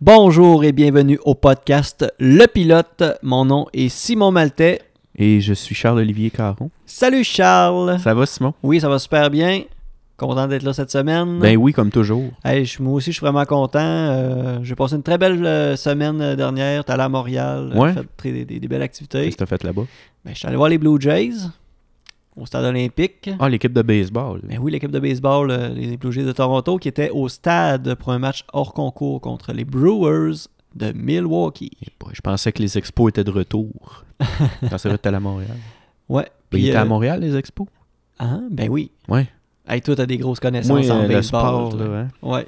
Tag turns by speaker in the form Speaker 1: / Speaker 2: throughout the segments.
Speaker 1: Bonjour et bienvenue au podcast Le Pilote. Mon nom est Simon Maltais.
Speaker 2: Et je suis Charles-Olivier Caron.
Speaker 1: Salut Charles.
Speaker 2: Ça va, Simon?
Speaker 1: Oui, ça va super bien. Content d'être là cette semaine.
Speaker 2: Ben oui, comme toujours.
Speaker 1: Hey, je- moi aussi, je suis vraiment content. Euh, J'ai passé une très belle euh, semaine euh, dernière. T'es allé à Montréal. euh,
Speaker 2: Ouais.
Speaker 1: Fait très- des, des- des belles activités.
Speaker 2: Qu'est-ce que t'as fait là-bas?
Speaker 1: Ben, je suis allé voir les Blue Jays au stade olympique.
Speaker 2: Ah, l'équipe de baseball.
Speaker 1: Ben oui, l'équipe de baseball, euh, les Blue Jays de Toronto, qui était au stade pour un match hors concours contre les Brewers de Milwaukee.
Speaker 2: Eh boy, Je pensais que les expos étaient de retour. Quand c'est vrai que t'es allé à Montréal.
Speaker 1: Ouais.
Speaker 2: Puis,
Speaker 1: Puis,
Speaker 2: étaient Ben, à
Speaker 1: euh,
Speaker 2: Montréal, les expos?
Speaker 1: Ah, ben oui.
Speaker 2: Ouais.
Speaker 1: Hey, toi, t'as des grosses connaissances
Speaker 2: Moi,
Speaker 1: en
Speaker 2: euh,
Speaker 1: baseball.
Speaker 2: le sport,
Speaker 1: toi.
Speaker 2: là, hein?
Speaker 1: Ouais.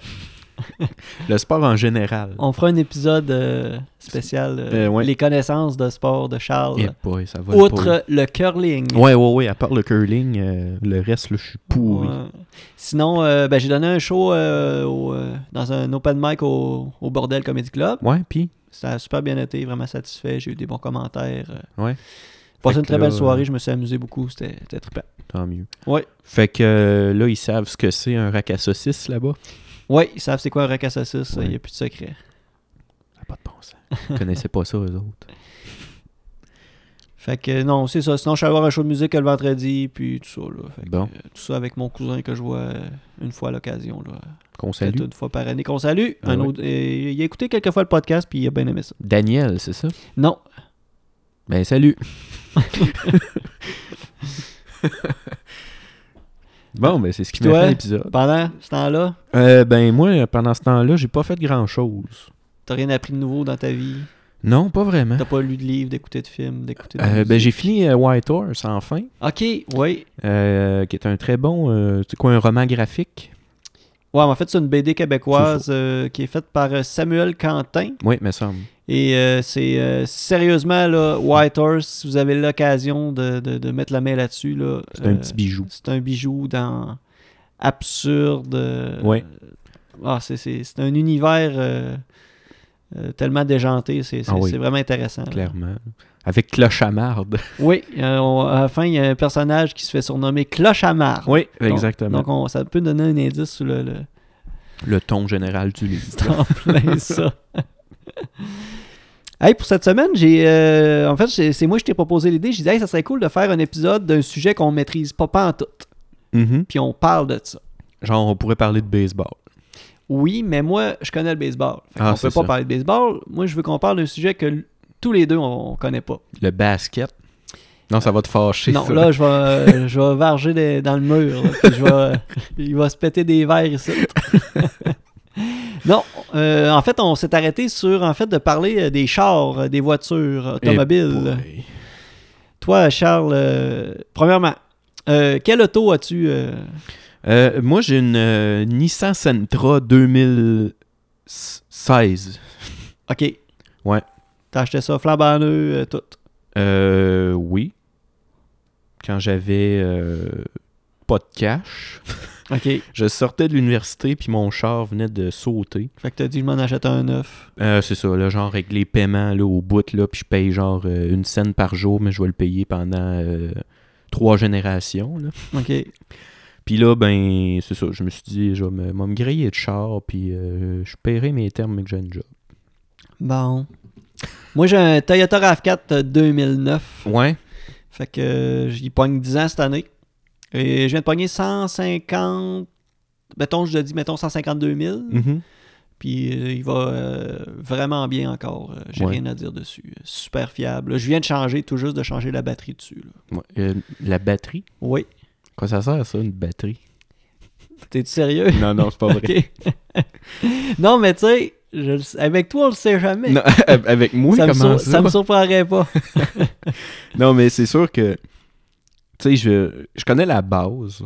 Speaker 2: Le sport en général.
Speaker 1: On fera un épisode euh, spécial euh,
Speaker 2: Euh, ouais.
Speaker 1: les connaissances de sport de Charles.
Speaker 2: Eh boy, ça va.
Speaker 1: Outre le curling.
Speaker 2: Ouais, ouais, ouais. À part le curling, euh, le reste, là, je suis pourri.
Speaker 1: Ouais. Sinon, euh, ben, j'ai donné un show euh, au, euh, dans un open mic au, au Bordel Comedy Club.
Speaker 2: Ouais, puis
Speaker 1: Ça a super bien été, vraiment satisfait. J'ai eu des bons commentaires. euh.
Speaker 2: Ouais.
Speaker 1: Passé
Speaker 2: Fait
Speaker 1: une
Speaker 2: que
Speaker 1: très
Speaker 2: là,
Speaker 1: belle soirée,
Speaker 2: euh,
Speaker 1: je me suis amusé beaucoup, c'était c'était trippant.
Speaker 2: tant mieux.
Speaker 1: Ouais.
Speaker 2: Fait que euh, là, ils savent ce que c'est un rack à saucisses là-bas.
Speaker 1: Ouais, ils savent c'est quoi un rack à saucisse, il
Speaker 2: Ouais.
Speaker 1: n'y a plus de secret.
Speaker 2: Ça n'a pas de bon sens. Ils connaissaient pas ça, eux autres.
Speaker 1: Fait que euh, non, c'est ça. Sinon, je suis allé voir un show de musique le vendredi, puis tout ça. Là. Fait que,
Speaker 2: Bon.
Speaker 1: euh, tout ça avec mon cousin que je vois euh, une fois à l'occasion. là.
Speaker 2: Qu'on
Speaker 1: Peut-être
Speaker 2: salue.
Speaker 1: Une fois par année qu'on salue.
Speaker 2: Ah
Speaker 1: Un
Speaker 2: ouais.
Speaker 1: autre- et il a écouté quelques fois le podcast, puis il a bien aimé ça.
Speaker 2: Daniel, c'est ça?
Speaker 1: Non,
Speaker 2: Ben, salut. bon, ben, c'est ce qui
Speaker 1: Puis
Speaker 2: m'a
Speaker 1: toi?
Speaker 2: fait l'épisode.
Speaker 1: pendant ce temps-là,
Speaker 2: Euh, ben, moi, pendant ce temps-là, j'ai pas fait grand-chose.
Speaker 1: t'as rien appris de nouveau dans ta vie.
Speaker 2: Non, pas vraiment.
Speaker 1: T'as pas lu de livres, d'écouter de films, d'écouter de.
Speaker 2: Hein? Euh,
Speaker 1: musique.
Speaker 2: ben, j'ai fini euh, White Horse, enfin,
Speaker 1: Ok, oui.
Speaker 2: euh, qui est un très bon, euh, c'est quoi, un roman graphique.
Speaker 1: Ouais, mais en fait, c'est une BD québécoise euh, qui est faite par euh, Samuel Quentin.
Speaker 2: Oui, me semble.
Speaker 1: Et euh, c'est euh, sérieusement, là, White Horse, si vous avez l'occasion de, de- de mettre la main là-dessus, là,
Speaker 2: C'est un
Speaker 1: euh,
Speaker 2: petit bijou.
Speaker 1: C'est un bijou dans absurde. euh,
Speaker 2: Ouais.
Speaker 1: Ah, c'est- c'est c'est un univers euh, euh, tellement déjanté, c'est c'est-
Speaker 2: Ah oui.
Speaker 1: c'est vraiment intéressant. là.
Speaker 2: Clairement. Avec Clochamarde.
Speaker 1: Oui, euh, on- à la fin, il y a un personnage qui se fait surnommer Cloche à marre.
Speaker 2: Oui,
Speaker 1: Donc-
Speaker 2: exactement.
Speaker 1: Donc, on- ça peut donner un indice sur le. le...
Speaker 2: Le ton général du livre.
Speaker 1: C'est en plein ça. Hey, pour cette semaine, j'ai euh, en fait, j'ai- c'est moi qui t'ai proposé l'idée. J'ai dit, hey, ça serait cool de faire un épisode d'un sujet qu'on maîtrise pas pas en tout.
Speaker 2: Mhm.
Speaker 1: Puis on parle de ça.
Speaker 2: Genre, on pourrait parler de baseball.
Speaker 1: Oui, mais moi, je connais le baseball. Fait
Speaker 2: Ah,
Speaker 1: on peut
Speaker 2: c'est
Speaker 1: pas
Speaker 2: ça.
Speaker 1: parler de baseball. Moi, je veux qu'on parle d'un sujet que l- tous les deux, on, on connaît pas.
Speaker 2: Le basket. Non, ça va te fâcher.
Speaker 1: Non,
Speaker 2: ça.
Speaker 1: là, je vais, euh, je vais varger des- dans le mur. là, puis je vais- il va se péter des verres ici. non, euh, en fait, on s'est arrêté sur en fait de parler euh, des chars, euh, des voitures euh,
Speaker 2: Eh
Speaker 1: automobiles.
Speaker 2: boy.
Speaker 1: Toi, Charles, euh, premièrement, euh, quelle auto as-tu euh,
Speaker 2: Euh, moi, j'ai une euh, Nissan Sentra 2016.
Speaker 1: Ok.
Speaker 2: Ouais.
Speaker 1: T'as acheté ça flambant neuf, euh, tout.
Speaker 2: Euh, oui. Quand j'avais euh, pas de cash,
Speaker 1: Ok.
Speaker 2: je sortais de l'université puis mon char venait de sauter.
Speaker 1: Fait que t'as dit, je m'en achète un neuf.
Speaker 2: Euh, c'est ça, là, genre avec les paiements là, au bout, là, puis je paye genre euh, une scène par jour, mais je vais le payer pendant euh, trois générations. Là.
Speaker 1: Ok.
Speaker 2: Puis là, ben, c'est ça, je me suis dit, je vais me, moi, me griller de char, puis euh, je paierai mes termes, mais que j'ai un job.
Speaker 1: Bon. Moi, j'ai un Toyota euh, RAV4 2009.
Speaker 2: Ouais,
Speaker 1: Fait que euh, j'y pogne 10 ans cette année. Et je viens de pogner 150. Mettons, je te dis, mettons 152 000.
Speaker 2: mhm.
Speaker 1: Puis euh, il va euh, vraiment bien encore. Euh, J'ai
Speaker 2: Ouais.
Speaker 1: rien à dire dessus. Euh, Super fiable. Là, je viens de changer, tout juste de changer la batterie dessus. là.
Speaker 2: Ouais, euh, la batterie.
Speaker 1: Oui.
Speaker 2: Quoi ça sert ça, une batterie?
Speaker 1: T'es sérieux?
Speaker 2: Non, non, c'est pas vrai.
Speaker 1: Ok. non, mais tu sais, je le sais- avec toi, on le sait jamais.
Speaker 2: Non, avec moi,
Speaker 1: ça, me
Speaker 2: comment
Speaker 1: sur- ça me surprendrait pas.
Speaker 2: Non, mais c'est sûr que, tu sais, je, je connais la base,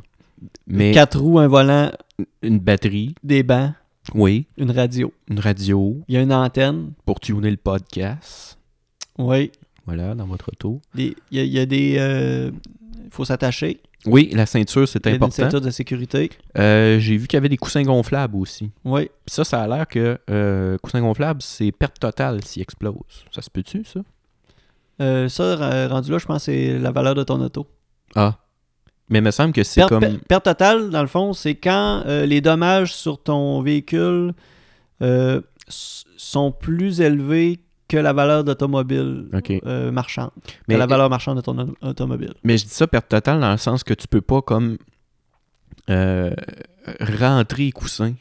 Speaker 2: mais
Speaker 1: Quatre roues, un volant,
Speaker 2: une batterie,
Speaker 1: des bancs,
Speaker 2: oui,
Speaker 1: une radio.
Speaker 2: une radio
Speaker 1: Il y a une antenne.
Speaker 2: pour tuner le podcast,
Speaker 1: Oui.
Speaker 2: voilà, dans votre auto.
Speaker 1: Des- Il y, a- il y a des. euh, faut s'attacher.
Speaker 2: Oui, la ceinture, c'est
Speaker 1: Il y a une
Speaker 2: important.
Speaker 1: ceinture de sécurité.
Speaker 2: Euh, J'ai vu qu'il y avait des coussins gonflables aussi.
Speaker 1: Oui.
Speaker 2: Puis ça, ça a l'air que euh, coussin gonflable, c'est perte totale s'il explose. Ça se peut-tu, ça?
Speaker 1: Euh, ça, euh, rendu là, je pense que c'est la valeur de ton auto.
Speaker 2: Ah. Mais il me semble que c'est
Speaker 1: Perte,
Speaker 2: comme...
Speaker 1: per- perte totale, dans le fond, c'est quand euh, les dommages sur ton véhicule euh, s- sont plus élevés que la valeur d'automobile
Speaker 2: OK.
Speaker 1: euh, marchande.
Speaker 2: Mais-
Speaker 1: que la valeur marchande de ton au- automobile.
Speaker 2: Mais je dis ça perte totale dans le sens que tu peux pas comme euh, rentrer coussin.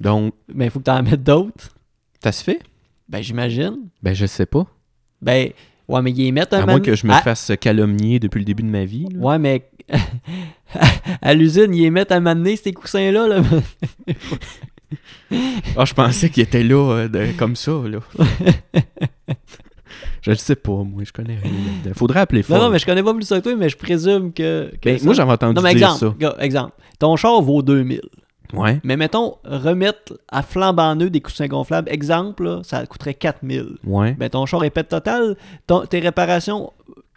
Speaker 2: Donc,
Speaker 1: Mais il faut que tu en mettes d'autres.
Speaker 2: ça se fait?
Speaker 1: Ben, j'imagine.
Speaker 2: Ben je sais pas.
Speaker 1: Ben, ouais, mais ils mettent un
Speaker 2: À
Speaker 1: man-
Speaker 2: moins que je me
Speaker 1: à-
Speaker 2: fasse calomnier depuis le début de ma vie. là.
Speaker 1: Ouais, mais à l'usine, ils les mettent à m'amener ces coussins-là. Là.
Speaker 2: Ah, je pensais qu'il était là, euh, de- comme ça, là. je le sais pas, moi, je connais rien là-dedans. Faudrait appeler fort.
Speaker 1: non, non, mais je connais pas plus ça que toi, mais je présume que. que ça-
Speaker 2: Ben, moi, j'avais entendu
Speaker 1: Non, mais
Speaker 2: dire
Speaker 1: exemple, gars, exemple. Ton char vaut 2000.
Speaker 2: ça. Ouais,
Speaker 1: Mais mettons, remettre à flambant neuf des coussins gonflables, exemple, là, ça coûterait 4000.
Speaker 2: ouais.
Speaker 1: Ben, ton char est pète total. Ton- tes réparations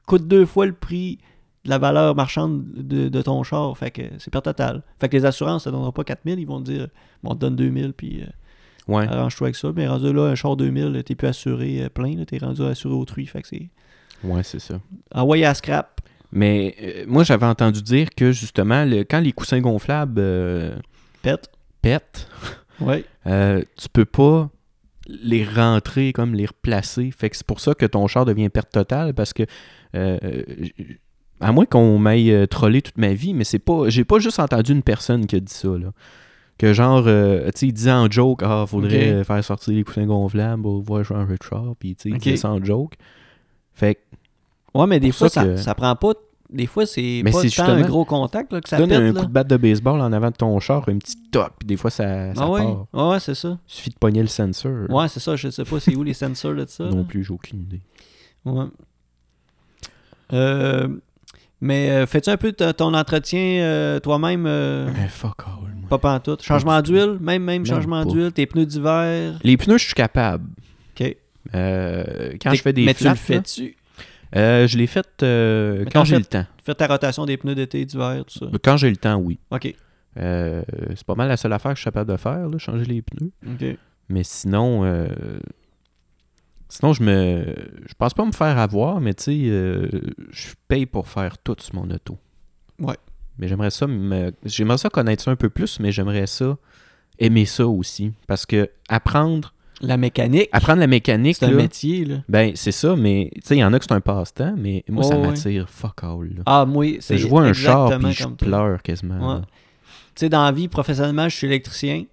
Speaker 1: coûtent deux fois le prix de la valeur marchande de, de ton char. Fait que c'est perte totale. Fait que les assurances, ça ne donnera pas 4000. Ils vont te dire, bon, on te donne 2000, puis euh,
Speaker 2: ouais.
Speaker 1: arrange-toi avec ça. Mais rendu là, un char 2000, t'es plus assuré euh, plein. là, T'es rendu assuré autrui. Fait que c'est
Speaker 2: Ouais, c'est ça.
Speaker 1: envoyé à scrap.
Speaker 2: Mais euh, moi, j'avais entendu dire que, justement, le- quand les coussins gonflables euh,
Speaker 1: Pète.
Speaker 2: pètent,
Speaker 1: Ouais.
Speaker 2: euh, tu peux pas les rentrer, comme les replacer. Fait que c'est pour ça que ton char devient perte totale, parce que... euh, euh, j- à moins qu'on m'aille euh, troller toute ma vie, mais c'est pas... J'ai pas juste entendu une personne qui a dit ça, là. Que genre, euh, tu sais, il disait en joke, « Ah, faudrait
Speaker 1: Ok.
Speaker 2: euh, faire sortir les coussins gonflables pour voir changer de char. » Puis, tu sais, il
Speaker 1: Ok.
Speaker 2: disait ça en joke. Fait que
Speaker 1: Ouais, mais des
Speaker 2: Pour
Speaker 1: fois,
Speaker 2: ça
Speaker 1: ça,
Speaker 2: que-
Speaker 1: ça prend pas. Des fois, c'est
Speaker 2: Mais
Speaker 1: pas
Speaker 2: c'est
Speaker 1: tant un
Speaker 2: justement-
Speaker 1: gros contact là, que ça
Speaker 2: donne
Speaker 1: pète.
Speaker 2: un
Speaker 1: là.
Speaker 2: coup de batte de baseball en avant de ton char, un petit top, puis des fois ça, ça
Speaker 1: ah ouais,
Speaker 2: part.
Speaker 1: ouais, ouais, c'est ça.
Speaker 2: Suffit de pogner le sensor.
Speaker 1: Ouais, c'est ça. Je sais pas c'est où les sensors de ça. là.
Speaker 2: non plus, j'ai aucune idée.
Speaker 1: Ouais. Euh, mais euh, fais-tu un peu t- ton entretien euh, toi-même, euh,
Speaker 2: Eh, fuck all, moi.
Speaker 1: pas pantoute? Changement d'huile, même, même
Speaker 2: Même
Speaker 1: changement
Speaker 2: pas.
Speaker 1: d'huile, tes pneus d'hiver.
Speaker 2: Les pneus, je suis capable.
Speaker 1: OK.
Speaker 2: Euh, quand
Speaker 1: T'es-
Speaker 2: je fais des
Speaker 1: Mais
Speaker 2: flaps,
Speaker 1: tu le fais-tu?
Speaker 2: là, euh, je les fais euh,
Speaker 1: Mais
Speaker 2: quand
Speaker 1: t'en
Speaker 2: j'ai
Speaker 1: fais-
Speaker 2: le temps.
Speaker 1: Fais ta rotation des pneus d'été, d'hiver, tout ça.
Speaker 2: Quand j'ai le temps, oui.
Speaker 1: OK.
Speaker 2: Euh, c'est pas mal la seule affaire que je suis capable de faire, là, changer les pneus.
Speaker 1: OK.
Speaker 2: Mais sinon, euh, sinon je me, je pense pas me faire avoir, mais tu sais, euh, je paye pour faire tout sur mon auto.
Speaker 1: Ouais.
Speaker 2: Mais j'aimerais ça, me- j'aimerais ça connaître ça un peu plus, mais j'aimerais ça aimer ça aussi, parce que apprendre,
Speaker 1: La mécanique,
Speaker 2: apprendre la mécanique,
Speaker 1: c'est un
Speaker 2: Ah, là,
Speaker 1: métier, là.
Speaker 2: ben c'est ça, mais tu sais, il y en a que c'est un passe-temps, mais moi ça
Speaker 1: Oh, Ouais, ouais.
Speaker 2: m'attire fuck all. là.
Speaker 1: Ah, moi, c'est
Speaker 2: je vois un char
Speaker 1: exactement
Speaker 2: puis je
Speaker 1: comme toi.
Speaker 2: pleure quasiment.
Speaker 1: Ouais.
Speaker 2: là.
Speaker 1: Tu sais, dans la vie, professionnellement, je suis électricien.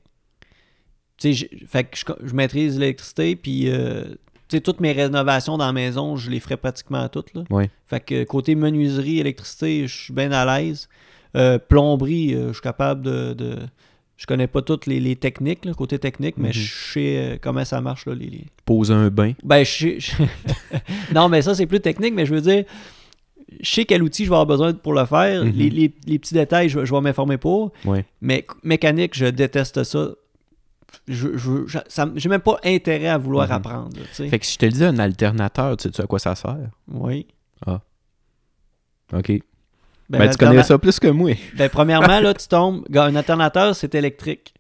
Speaker 1: Tu sais, j'ai- fait que je, co- je maîtrise l'électricité, puis euh, tu sais, toutes mes rénovations dans la maison, je les ferais pratiquement toutes. Là.
Speaker 2: Ouais.
Speaker 1: Fait que côté menuiserie, électricité, je suis bien à l'aise. Euh, plomberie, euh, je suis capable de, de- Je connais pas toutes les, les techniques, là, côté technique, mais
Speaker 2: Mhm.
Speaker 1: je sais euh, comment ça marche, là, les, les-
Speaker 2: Poser un bain.
Speaker 1: ben, je sais. je- non, mais ça, c'est plus technique, mais je veux dire, je sais quel outil je vais avoir besoin pour le faire.
Speaker 2: Mhm.
Speaker 1: les, les- les petits détails, je, vais- je vais m'informer pour.
Speaker 2: Ouais.
Speaker 1: Mais c- mécanique, je déteste ça. Je je- je- ça m- j'ai même pas intérêt à vouloir
Speaker 2: Mhm.
Speaker 1: apprendre. là, tu sais.
Speaker 2: Fait que si je te le dis un alternateur, tu sais à quoi ça sert
Speaker 1: Oui.
Speaker 2: Ok.
Speaker 1: Ben,
Speaker 2: ben tu connais
Speaker 1: l'alterna-
Speaker 2: ça plus que moi.
Speaker 1: ben, premièrement, là, tu tombes. gars, Un alternateur, c'est électrique.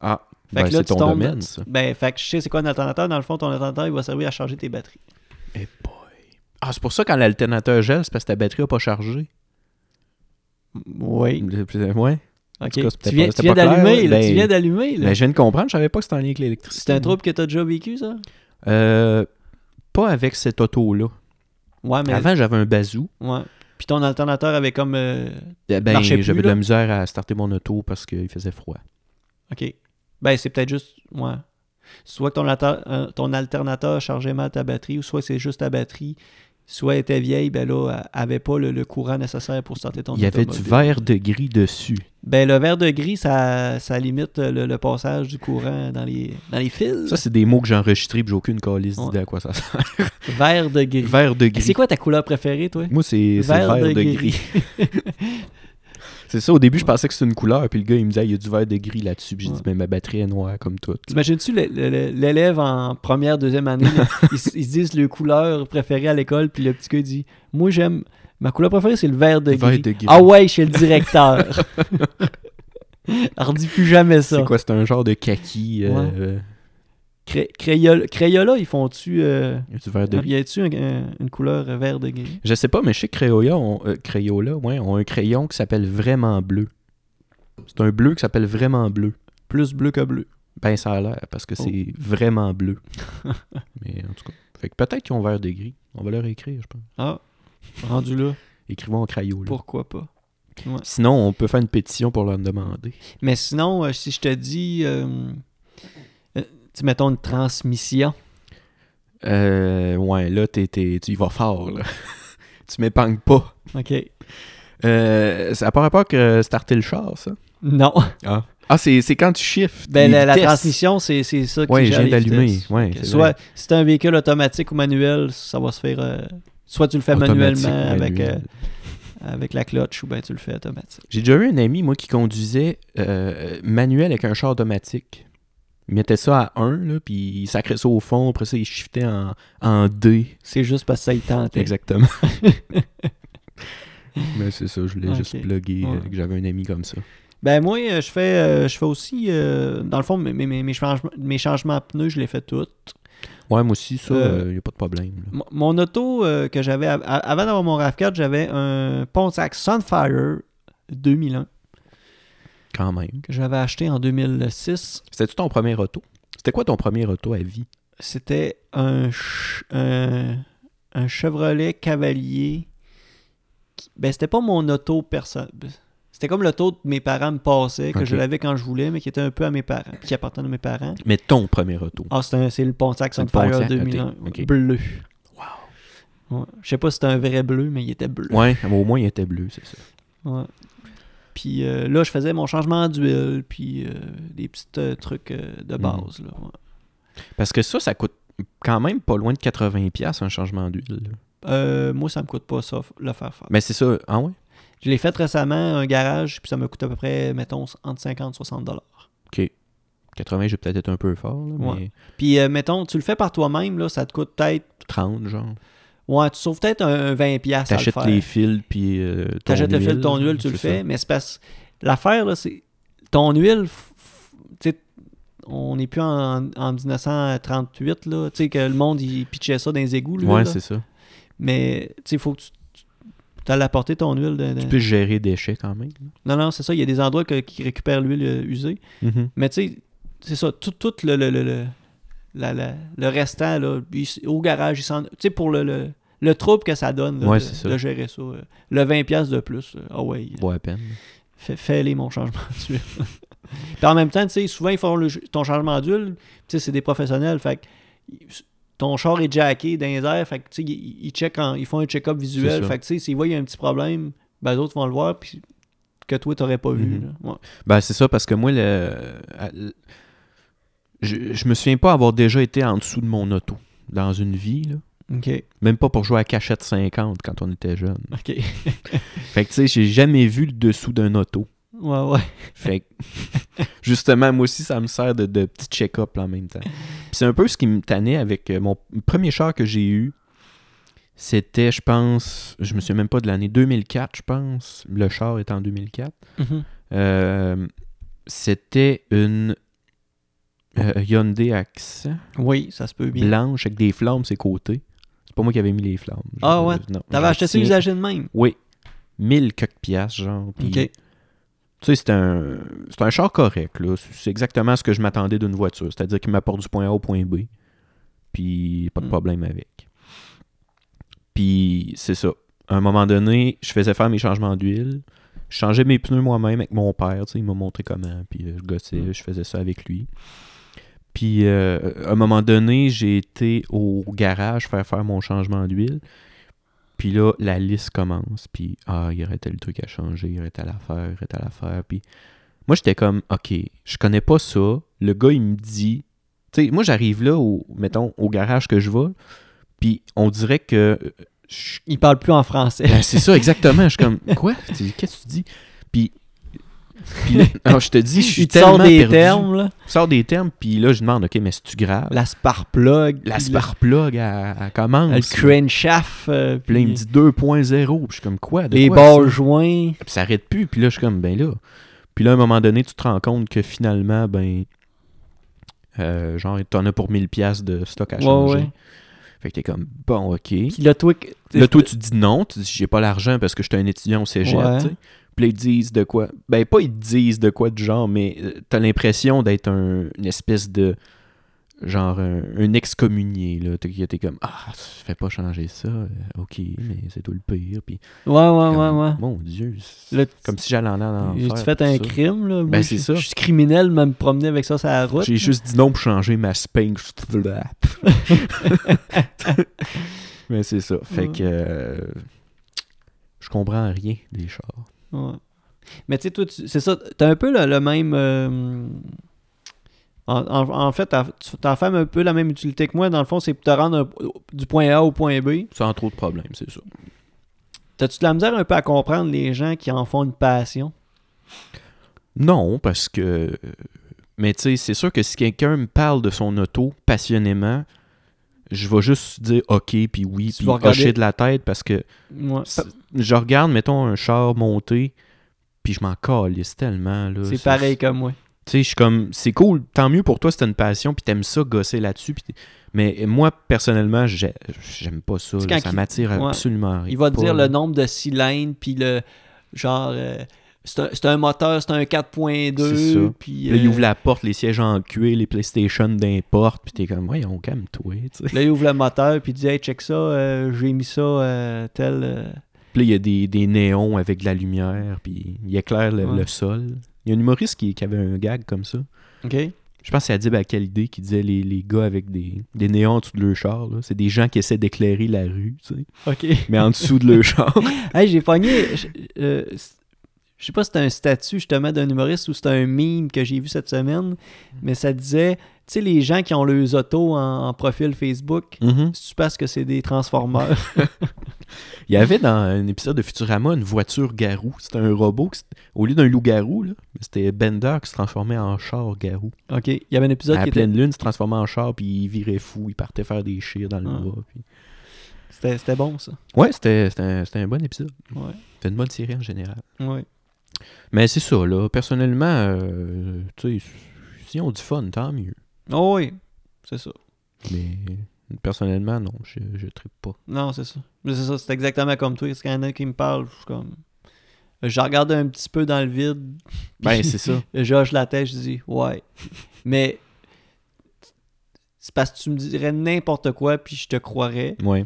Speaker 2: Ah,
Speaker 1: Fait
Speaker 2: ben,
Speaker 1: que là,
Speaker 2: c'est
Speaker 1: tu
Speaker 2: ton
Speaker 1: tombes.
Speaker 2: domaine, ça.
Speaker 1: Ben, fait que je sais c'est quoi un alternateur. Dans le fond, ton alternateur, il va servir à charger tes batteries.
Speaker 2: Eh boy. Ah, c'est pour ça quand l'alternateur gèle, c'est parce que ta batterie n'a pas chargé.
Speaker 1: Oui.
Speaker 2: Ouais.
Speaker 1: Ok.
Speaker 2: tout cas, c'était
Speaker 1: tu viens,
Speaker 2: pas-
Speaker 1: tu
Speaker 2: c'était
Speaker 1: viens
Speaker 2: pas clair,
Speaker 1: d'allumer,
Speaker 2: là.
Speaker 1: là,
Speaker 2: Ben,
Speaker 1: tu viens d'allumer. là.
Speaker 2: Mais je viens de comprendre, je savais pas que c'était en lien avec l'électricité.
Speaker 1: C'est un trouble que tu as déjà vécu, ça?
Speaker 2: Euh, pas avec cette auto-là.
Speaker 1: Ouais, mais.
Speaker 2: Avant, j'avais un bazou.
Speaker 1: Ouais. Puis ton alternateur avait comme. euh,
Speaker 2: Eh Ben,
Speaker 1: Marchait plus,
Speaker 2: j'avais de
Speaker 1: là.
Speaker 2: la misère à starter mon auto parce qu'il faisait froid.
Speaker 1: Ok. Ben, c'est peut-être juste. Ouais. Soit que ton, alter- euh, ton alternateur chargeait mal ta batterie, ou soit c'est juste ta batterie. Soit elle était vieille, ben là, elle avait pas le, le courant nécessaire pour starter ton
Speaker 2: Il y avait du
Speaker 1: automobile.
Speaker 2: vert de gris dessus.
Speaker 1: Ben, le verre de gris, ça, ça limite euh, le, le passage du courant dans les, dans les fils.
Speaker 2: Ça, c'est des mots que j'ai enregistrés puis j'ai aucune calice
Speaker 1: Ouais.
Speaker 2: d'idée à quoi ça sert.
Speaker 1: Verre de gris.
Speaker 2: Vert de
Speaker 1: C'est
Speaker 2: gris.
Speaker 1: quoi ta couleur préférée, toi?
Speaker 2: Moi, c'est c'est vert, de, gris. c'est ça, au début, je pensais que c'était une couleur, puis le gars, il me disait, il y a du vert de gris là-dessus. Puis j'ai
Speaker 1: Ouais.
Speaker 2: dit, mais ma batterie est noire comme toute.
Speaker 1: T'imagines-tu le- le- le- l'élève en première, deuxième année, là, ils, s- ils se disent le couleur préférée à l'école, puis le petit gars il dit Moi j'aime, ma couleur préférée c'est le vert de
Speaker 2: Le vert
Speaker 1: gris.
Speaker 2: de gris.
Speaker 1: Ah ouais, chez le directeur. Alors dis plus jamais ça.
Speaker 2: C'est quoi, c'est un genre de kaki, euh,
Speaker 1: Cré- Crayola, Crayola, ils font-tu. euh,
Speaker 2: du vert de gris.
Speaker 1: y a-tu un- un- une couleur euh, vert de gris
Speaker 2: Je sais pas, mais chez Crayola, on, euh, Crayola, ouais, on a un crayon qui s'appelle vraiment bleu. C'est un bleu qui s'appelle vraiment bleu.
Speaker 1: Plus bleu que bleu.
Speaker 2: Ben, ça a l'air, parce que
Speaker 1: Oh.
Speaker 2: c'est vraiment bleu. Mais en tout cas, fait que peut-être qu'ils ont ouvert des grilles. On va leur écrire, je pense.
Speaker 1: Ah, rendu là,
Speaker 2: Écrivons au crayon. là.
Speaker 1: pourquoi pas?
Speaker 2: Sinon, on peut faire une pétition pour leur demander.
Speaker 1: Mais sinon, euh, si je te dis, euh, euh, tu mettons une transmission,
Speaker 2: Euh, ouais, là, t'es, t'es- tu y vas fort, là. tu m'épargnes pas.
Speaker 1: OK.
Speaker 2: Euh, ça a pas rapport que starter le char, ça.
Speaker 1: Non.
Speaker 2: Ah, c'est, c'est quand tu shifts.
Speaker 1: Ben,
Speaker 2: les
Speaker 1: la, la
Speaker 2: vitesses.
Speaker 1: transmission, c'est c'est ça qui
Speaker 2: Ouais,
Speaker 1: gère
Speaker 2: je viens
Speaker 1: les
Speaker 2: d'allumer,
Speaker 1: vitesses.
Speaker 2: ouais,
Speaker 1: Fait que
Speaker 2: c'est
Speaker 1: Soit si c'est un véhicule automatique ou manuel, ça va se faire. euh, soit tu le fais
Speaker 2: Automatique,
Speaker 1: manuellement avec, euh,
Speaker 2: manuel.
Speaker 1: avec la cloche ou ben tu le fais automatique.
Speaker 2: J'ai déjà eu un ami, moi, qui conduisait euh, manuel avec un char automatique. Il mettait ça à 1, là, puis il sacrait ça au fond. Après ça, il shiftait en, en 2.
Speaker 1: C'est juste parce que ça y tente.
Speaker 2: Exactement. Mais c'est ça, je l'ai
Speaker 1: Ok.
Speaker 2: juste plugué, euh,
Speaker 1: Ouais.
Speaker 2: que j'avais un ami comme ça.
Speaker 1: Ben moi, euh, je fais euh, je fais aussi, euh, dans le fond, mes, mes- mes, mes changements, mes changements de pneus, je les fais tous.
Speaker 2: Ouais, moi aussi, ça, il
Speaker 1: Euh,
Speaker 2: n'y a pas de problème. là.
Speaker 1: Mon- Mon auto euh, que j'avais, av- av- avant d'avoir mon RAV4, j'avais un Pontiac Sunfire 2001
Speaker 2: Quand même.
Speaker 1: que j'avais acheté en 2006.
Speaker 2: C'était-tu ton premier auto? C'était quoi ton premier auto à vie?
Speaker 1: C'était un, ch- un, un Chevrolet Cavalier. qui- Ben, c'était pas mon auto personne. C'était comme l'auto que mes parents me passaient, que
Speaker 2: Ok.
Speaker 1: je l'avais quand je voulais, mais qui était un peu à mes parents, qui appartenait à mes parents.
Speaker 2: Mais ton premier auto.
Speaker 1: Ah, c'est un- c'est le Pontiac
Speaker 2: C'est le
Speaker 1: Sunfire
Speaker 2: Pontiac,
Speaker 1: 2001.
Speaker 2: ok, ok.
Speaker 1: Bleu.
Speaker 2: Wow.
Speaker 1: Ouais. Je sais pas si c'était un vrai bleu, mais il était bleu.
Speaker 2: Ouais, mais au moins, il était bleu, c'est ça.
Speaker 1: Ouais. Puis euh, là, je faisais mon changement d'huile, puis euh, des petits euh, trucs euh, de
Speaker 2: Mhm.
Speaker 1: base. là, ouais.
Speaker 2: Parce que ça, ça coûte quand même pas loin de 80$ un changement d'huile. là.
Speaker 1: Euh, moi, ça me coûte pas ça, f- le faire faire.
Speaker 2: Mais c'est ça, ah ouais?
Speaker 1: Je l'ai fait récemment, un garage, puis ça me coûte à peu près, mettons, entre 50 et 60 dollars.
Speaker 2: 80, j'ai peut-être été un peu fort, là,
Speaker 1: Ouais.
Speaker 2: mais
Speaker 1: Puis, euh, mettons, tu le fais par toi-même, là, ça te coûte peut-être...
Speaker 2: 30, genre.
Speaker 1: Ouais, tu sauves peut-être un, un 20 piastres à le
Speaker 2: T'achètes
Speaker 1: faire.
Speaker 2: les fils, puis euh, ton
Speaker 1: T'achètes le fil, ton
Speaker 2: genre,
Speaker 1: huile, tu le
Speaker 2: c'est
Speaker 1: fais, mais c'est parce... L'affaire, là, c'est... Ton huile, f- f- tu sais, on n'est plus en, en 1938, là, tu sais, que le monde, il pitchait ça dans les égouts,
Speaker 2: ça.
Speaker 1: l'huile,
Speaker 2: Ouais,
Speaker 1: là.
Speaker 2: c'est ça.
Speaker 1: Mais, tu sais, il faut que tu... Tu as apporter ton huile. de- de-
Speaker 2: Tu peux gérer déchets quand même.
Speaker 1: Non, non, c'est ça. Il y a des endroits que- qui récupèrent l'huile euh, usée. Mais tu sais, c'est ça, tout, tout le, le, le, le, la- la- le restant, là, il s- au garage, il s'en- tu sais, pour le, le, le trouble que ça donne là,
Speaker 2: Ouais,
Speaker 1: de,
Speaker 2: c'est ça.
Speaker 1: de gérer ça. euh, le 20$ piastres de plus, euh, ah ouais, euh,
Speaker 2: Bois à peine.
Speaker 1: fais- fais-les mon changement d'huile. Puis en même temps, tu sais, souvent, ils font le- ton changement d'huile, tu sais, c'est des professionnels, fait que ton char est jacké dans les airs, fait que, tu sais, ils, ils checkent en- ils font un check-up visuel,
Speaker 2: ça.
Speaker 1: fait que, tu sais, s'ils voient qu'il y a un petit problème, ben, d'autres vont le voir, puis que toi, t'aurais pas vu.
Speaker 2: Mhm.
Speaker 1: là. Ouais.
Speaker 2: Ben, c'est ça, parce que moi, le... à- le- je, je me souviens pas avoir déjà été en dessous de mon auto dans une vie, là.
Speaker 1: OK,
Speaker 2: Même pas pour jouer à cachette 50 quand on était jeune.
Speaker 1: OK.
Speaker 2: Fait que, tu sais, j'ai jamais vu le dessous d'un auto.
Speaker 1: Ouais, ouais.
Speaker 2: Fait que, justement, moi aussi, ça me sert de, de petit check-up là, en même temps. Puis c'est un peu ce qui me tannait avec euh, mon premier char que j'ai eu. C'était, je pense, je me souviens même pas de l'année 2004, je pense. Le char est en 2004. Mm-hmm.
Speaker 1: Mhm.
Speaker 2: Euh, c'était une euh, Hyundai Accent
Speaker 1: Oui, ça se peut bien.
Speaker 2: blanche avec des flammes ses côtés. C'est pas moi qui avais mis les flammes.
Speaker 1: Ah
Speaker 2: Genre,
Speaker 1: ouais?
Speaker 2: euh, non,
Speaker 1: T'avais
Speaker 2: j'en
Speaker 1: acheté ça
Speaker 2: tiens-
Speaker 1: usagé de même.
Speaker 2: Oui. 1000 quelques piastres, genre. puis-
Speaker 1: Ok.
Speaker 2: Tu sais, c'est un, c'est un char correct, là. C'est c'est exactement ce que je m'attendais d'une voiture. C'est-à-dire qu'il m'apporte du point A au point B. Puis, pas de
Speaker 1: Mm.
Speaker 2: problème avec. Puis, c'est ça. À un moment donné, je faisais faire mes changements d'huile. Je changeais mes pneus moi-même avec mon père. tu sais, Il m'a montré comment. Puis, euh, je gossais.
Speaker 1: Mm.
Speaker 2: Je faisais ça avec lui. Puis, euh, à un moment donné, j'ai été au garage faire faire mon changement d'huile. Puis là, la liste commence. Puis, ah, il y aurait tel truc à changer, il y aurait telle affaire, il y aurait telle affaire. Puis, moi, j'étais comme, OK, je connais pas ça. Le gars, il me dit. Tu sais, moi, j'arrive là, au, mettons, au garage que je vais. Puis, on dirait que. euh, je-
Speaker 1: Il parle plus en français.
Speaker 2: Ben, c'est ça, exactement. Je suis comme, quoi? Tu- Qu'est-ce que tu dis? Puis. puis là, alors, je te dis, je suis
Speaker 1: Il te sort
Speaker 2: tellement
Speaker 1: des
Speaker 2: perdu.
Speaker 1: termes, là.
Speaker 2: Je sors des termes, puis là, je demande, OK, mais c'est-tu grave?
Speaker 1: La sparplug.
Speaker 2: La,
Speaker 1: puis
Speaker 2: spark plug, elle, elle commence.
Speaker 1: Le, le crankshaft. euh,
Speaker 2: Puis là, il me
Speaker 1: puis
Speaker 2: dit 2.0. Puis je suis comme, quoi? De
Speaker 1: Les
Speaker 2: quoi,
Speaker 1: bords
Speaker 2: ça?
Speaker 1: joints.
Speaker 2: Puis ça arrête plus. Puis là, je suis comme, ben là. Puis là, à un moment donné, tu te rends compte que finalement, ben. euh, genre, t'en as pour 1000$ piastres de stock à
Speaker 1: Ouais,
Speaker 2: changer.
Speaker 1: ouais.
Speaker 2: Fait que t'es comme, bon, ok.
Speaker 1: Puis là, toi. que-
Speaker 2: Là, toi, tu dis non. Tu dis, j'ai pas l'argent parce que j'étais un étudiant au cégep.
Speaker 1: Ouais.
Speaker 2: tu sais. Puis là, ils te disent de quoi. Ben, pas ils te disent de quoi du genre, mais euh, t'as l'impression d'être un- une espèce de. Genre un, un excommunié, là. T'es t'es comme Ah, fais pas changer ça. Euh, Ok, mais c'est tout le pire. Puis,
Speaker 1: Ouais, ouais, ouais,
Speaker 2: comme,
Speaker 1: ouais.
Speaker 2: Mon Dieu. c'est-
Speaker 1: Là, tu-
Speaker 2: Comme si j'allais en aller en enfer,
Speaker 1: J'ai-tu fait
Speaker 2: tout
Speaker 1: un
Speaker 2: ça.
Speaker 1: crime, là? Moi,
Speaker 2: Ben, c'est
Speaker 1: je-
Speaker 2: ça.
Speaker 1: Je suis criminel de me promener avec ça sur la route.
Speaker 2: J'ai juste dit non pour changer ma sphinx. Mais c'est ça. Fait que euh, je comprends rien des chars.
Speaker 1: Ouais. Mais tu sais, toi, tu- c'est ça, t'as un peu le, le même... euh, en, en- en fait, t'as tu- t'as fait un peu la même utilité que moi. Dans le fond, c'est pour te rendre un- du point A au point B.
Speaker 2: Sans trop de problèmes, c'est ça.
Speaker 1: T'as-tu de la misère un peu à comprendre les gens qui en font une passion?
Speaker 2: Non, parce que. Mais tu sais, c'est sûr que si quelqu'un me parle de son auto passionnément, je vais juste dire ok, puis oui,
Speaker 1: Tu
Speaker 2: puis
Speaker 1: vas regarder-
Speaker 2: hocher de la tête parce que
Speaker 1: Ouais.
Speaker 2: c'est- je regarde, mettons, un char monté, puis je m'en calisse tellement. là.
Speaker 1: C'est pareil comme moi.
Speaker 2: Tu sais, je suis comme, c'est cool, tant mieux pour toi si t'as une passion, puis t'aimes ça, gosser là-dessus. puis t'es- Mais moi, personnellement, j'ai- j'aime pas ça.
Speaker 1: C'est
Speaker 2: là.
Speaker 1: quand
Speaker 2: ça
Speaker 1: qu'il-
Speaker 2: m'attire
Speaker 1: ouais.
Speaker 2: absolument
Speaker 1: Il va te
Speaker 2: pas,
Speaker 1: dire
Speaker 2: là.
Speaker 1: le nombre de cylindres, puis le genre... euh, c'est un, c'est un moteur, c'est un
Speaker 2: C'est ça.
Speaker 1: 4.2, puis...
Speaker 2: Là, il
Speaker 1: euh,
Speaker 2: ouvre la porte, les sièges en cuir, les PlayStation d'importe, puis t'es comme, voyons, calme-toi. tu sais.
Speaker 1: Là, il ouvre le moteur, puis il dit « Hey, check ça, euh, j'ai mis ça euh, tel... euh,
Speaker 2: Puis là, il y a des, des néons avec de la lumière, puis il éclaire le,
Speaker 1: Ouais.
Speaker 2: le sol. Il y a un humoriste qui, qui avait un gag comme ça.
Speaker 1: OK?
Speaker 2: Je pense que c'est Adib Akalidé qui disait les, les gars avec des, des néons en dessous de leur char. là, C'est des gens qui essaient d'éclairer la rue, tu sais.
Speaker 1: OK.
Speaker 2: mais en dessous de leur char.
Speaker 1: Hey, j'ai pogné. Je euh, je sais pas si c'était un statut justement d'un humoriste ou c'était un meme que j'ai vu cette semaine, mais ça disait, tu sais, les gens qui ont leurs autos en, en profil Facebook,
Speaker 2: Mhm.
Speaker 1: c'est parce que c'est des transformeurs.
Speaker 2: Il y avait dans un épisode de Futurama une voiture garou. C'était un robot. qui s- au lieu d'un loup-garou, là, c'était Bender qui se transformait en char garou.
Speaker 1: OK. Il y avait un
Speaker 2: À
Speaker 1: épisode
Speaker 2: la
Speaker 1: qui était.
Speaker 2: pleine lune, il se transformait en char, puis il virait fou. Il partait faire des chiens dans le
Speaker 1: Ah.
Speaker 2: bois. puis-
Speaker 1: C'était c'était bon, ça.
Speaker 2: Ouais, c'était, c'était un, c'était un bon épisode.
Speaker 1: Ouais.
Speaker 2: C'était une bonne série en général.
Speaker 1: Ouais.
Speaker 2: Mais c'est ça, là. Personnellement, euh, tu sais, si on du fun, tant mieux.
Speaker 1: Oh oui, c'est ça.
Speaker 2: Mais personnellement, non, je, je trippe pas.
Speaker 1: Non, c'est ça. Mais C'est ça, c'est exactement comme toi. Est-ce qu'il y en a qui me parlent? Je suis comme. Je regarde un petit peu dans le vide.
Speaker 2: Ben,
Speaker 1: puis-
Speaker 2: c'est ça.
Speaker 1: Je hoche la tête, je dis ouais. Mais c'est parce que tu me dirais n'importe quoi, puis je te croirais,
Speaker 2: Ouais.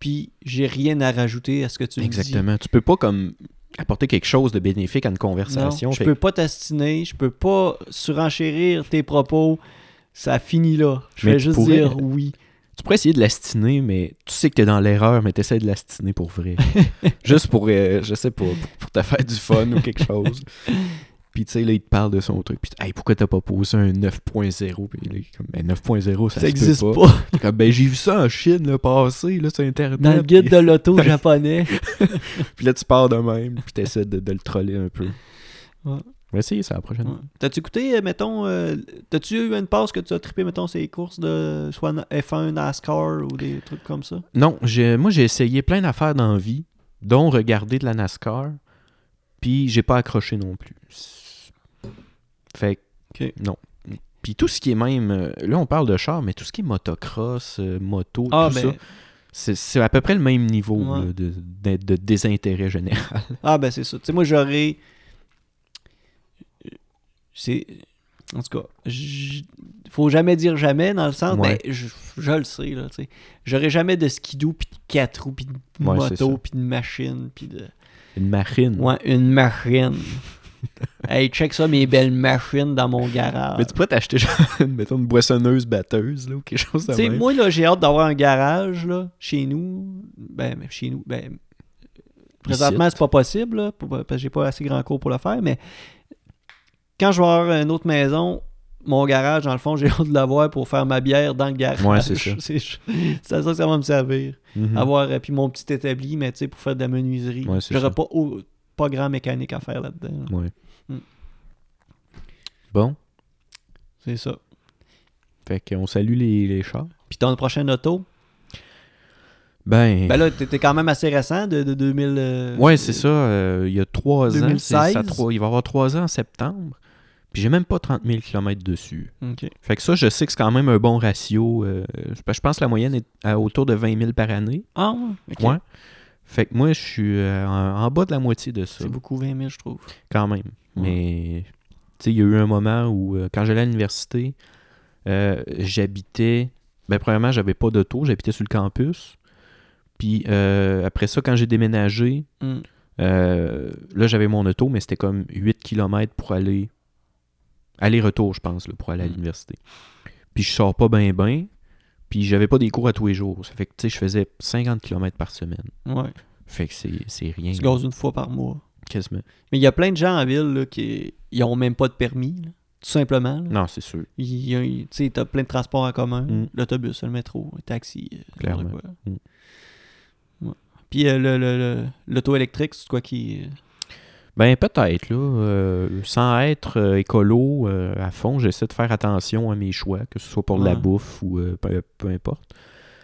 Speaker 1: puis j'ai rien à rajouter à ce que tu me dis.
Speaker 2: Exactement. Tu peux pas, comme, apporter quelque chose de bénéfique à une conversation.
Speaker 1: Non, je
Speaker 2: Fait
Speaker 1: peux pas t'astiner, je peux pas surenchérir tes propos. Ça finit là. Je
Speaker 2: Mais
Speaker 1: vais
Speaker 2: tu
Speaker 1: juste
Speaker 2: pourrais-
Speaker 1: dire oui.
Speaker 2: Tu pourrais essayer de l'astiner, mais tu sais que t'es dans l'erreur, mais t'essaies de l'astiner pour vrai. Juste pour, euh, je sais pas, pour, pour te faire du fun ou quelque chose. Puis tu sais, là, il te parle de son truc. Puis hey, pourquoi t'as pas posé un 9.0? Puis là, il est comme, ben 9.0,
Speaker 1: Ça
Speaker 2: ça, se peut
Speaker 1: n'existe
Speaker 2: pas.
Speaker 1: pas.
Speaker 2: T'es comme, ben j'ai vu ça en Chine, le passé, là, sur Internet.
Speaker 1: Dans le guide de l'auto japonais.
Speaker 2: Puis, puis là, tu pars de même, puis t'essaies de, de le troller un peu.
Speaker 1: Ouais.
Speaker 2: On va essayer ça la prochaine.
Speaker 1: Ouais. T'as-tu écouté, euh, mettons, euh, t'as-tu eu une passe que tu as trippé, mettons, ces courses de soit na- F1, NASCAR ou des trucs comme ça?
Speaker 2: Non, j'ai- moi j'ai essayé plein d'affaires dans la vie, dont regarder de la NASCAR, puis j'ai pas accroché non plus. Fait que
Speaker 1: Ok.
Speaker 2: non. Puis tout ce qui est même, euh, là on parle de char, mais tout ce qui est motocross, euh, moto,
Speaker 1: Ah,
Speaker 2: tout
Speaker 1: ben,
Speaker 2: ça, c'est- c'est à peu près le même niveau
Speaker 1: Ouais.
Speaker 2: là, de, de- de désintérêt général.
Speaker 1: Ah ben c'est ça. Tu sais, moi j'aurais. C'est. En tout cas, j- faut jamais dire jamais dans le sens,
Speaker 2: Ouais.
Speaker 1: ben, je, je le sais, là, tu sais. J'aurais jamais de skidoo, puis de 4 roues, puis de
Speaker 2: Ouais, c'est
Speaker 1: moto,
Speaker 2: ça.
Speaker 1: puis de machine, puis de...
Speaker 2: Une marine.
Speaker 1: Ouais, une machine. hey, check ça, mes belles machines dans mon garage.
Speaker 2: Mais tu pourrais t'acheter genre, mettons, une boissonneuse batteuse là, ou quelque chose de
Speaker 1: Tu sais,
Speaker 2: même.
Speaker 1: moi, là, j'ai hâte d'avoir un garage, là, chez nous. Ben, mais chez nous, ben... Présentement, c'est pas possible, là, pour- parce que j'ai pas assez grand cours pour le faire, mais quand je vais avoir une autre maison, mon garage, dans le fond, j'ai hâte de l'avoir pour faire ma bière dans le garage.
Speaker 2: Ouais, c'est ça.
Speaker 1: C'est c'est à ça que ça va me servir.
Speaker 2: Mhm.
Speaker 1: Avoir, euh, puis mon petit établi, mais tu sais, pour faire de la menuiserie.
Speaker 2: Ouais, c'est ça.
Speaker 1: J'aurais pas, au- pas grand mécanique à faire là-dedans. là.
Speaker 2: Ouais.
Speaker 1: Mm.
Speaker 2: Bon,
Speaker 1: C'est ça.
Speaker 2: fait qu'on salue les, les chars.
Speaker 1: Puis ton prochain auto,
Speaker 2: Ben,
Speaker 1: ben là, t'étais quand même assez récent, de, de 2000... euh,
Speaker 2: Ouais, c'est ça. euh, il y a trois ans. c'est-
Speaker 1: 2016.
Speaker 2: ça, trois- il va y avoir trois ans en septembre. Puis j'ai même pas 30 000 km dessus.
Speaker 1: OK.
Speaker 2: Fait que ça, je sais que c'est quand même un bon ratio. euh, je je pense que la moyenne est à autour de 20 000 par année.
Speaker 1: Ah, ouais. ok.
Speaker 2: Ouais. Fait que moi, je suis euh, en, en bas de la moitié de ça,
Speaker 1: C'est beaucoup 20 000, je trouve.
Speaker 2: quand même. Mais, tu sais, il y a eu un moment où, euh, quand j'allais à l'université, euh, j'habitais. Ben, premièrement, j'avais pas d'auto, j'habitais sur le campus. Puis, euh, après ça, quand j'ai déménagé,
Speaker 1: Mm.
Speaker 2: euh, là, j'avais mon auto, mais c'était comme 8 km pour aller. Aller-retour, je pense, là, pour aller à
Speaker 1: Mm.
Speaker 2: l'université. Puis, je sors pas bien, ben. Puis, j'avais pas des cours à tous les jours. Ça fait que, tu sais, je faisais 50 km par semaine.
Speaker 1: Mm, Ouais.
Speaker 2: Fait que c'est c'est rien.
Speaker 1: Tu
Speaker 2: là,
Speaker 1: gazes une fois par mois.
Speaker 2: quasiment.
Speaker 1: Mais il y a plein de gens en ville là, qui ils ont même pas de permis, là, tout simplement. là.
Speaker 2: Non, c'est sûr.
Speaker 1: Il y a- il- Tu sais, t'as plein de transports en commun.
Speaker 2: Mm.
Speaker 1: L'autobus, le métro, le taxi. euh, n'importe
Speaker 2: Clairement.
Speaker 1: quoi.
Speaker 2: Mm.
Speaker 1: Ouais. Puis euh, le- le- le- l'auto électrique, c'est quoi qui... euh,
Speaker 2: Ben peut-être, là. Euh, sans être euh, écolo euh, à fond, j'essaie de faire attention à mes choix, que ce soit pour de la
Speaker 1: Ouais.
Speaker 2: bouffe ou euh, peu, peu importe.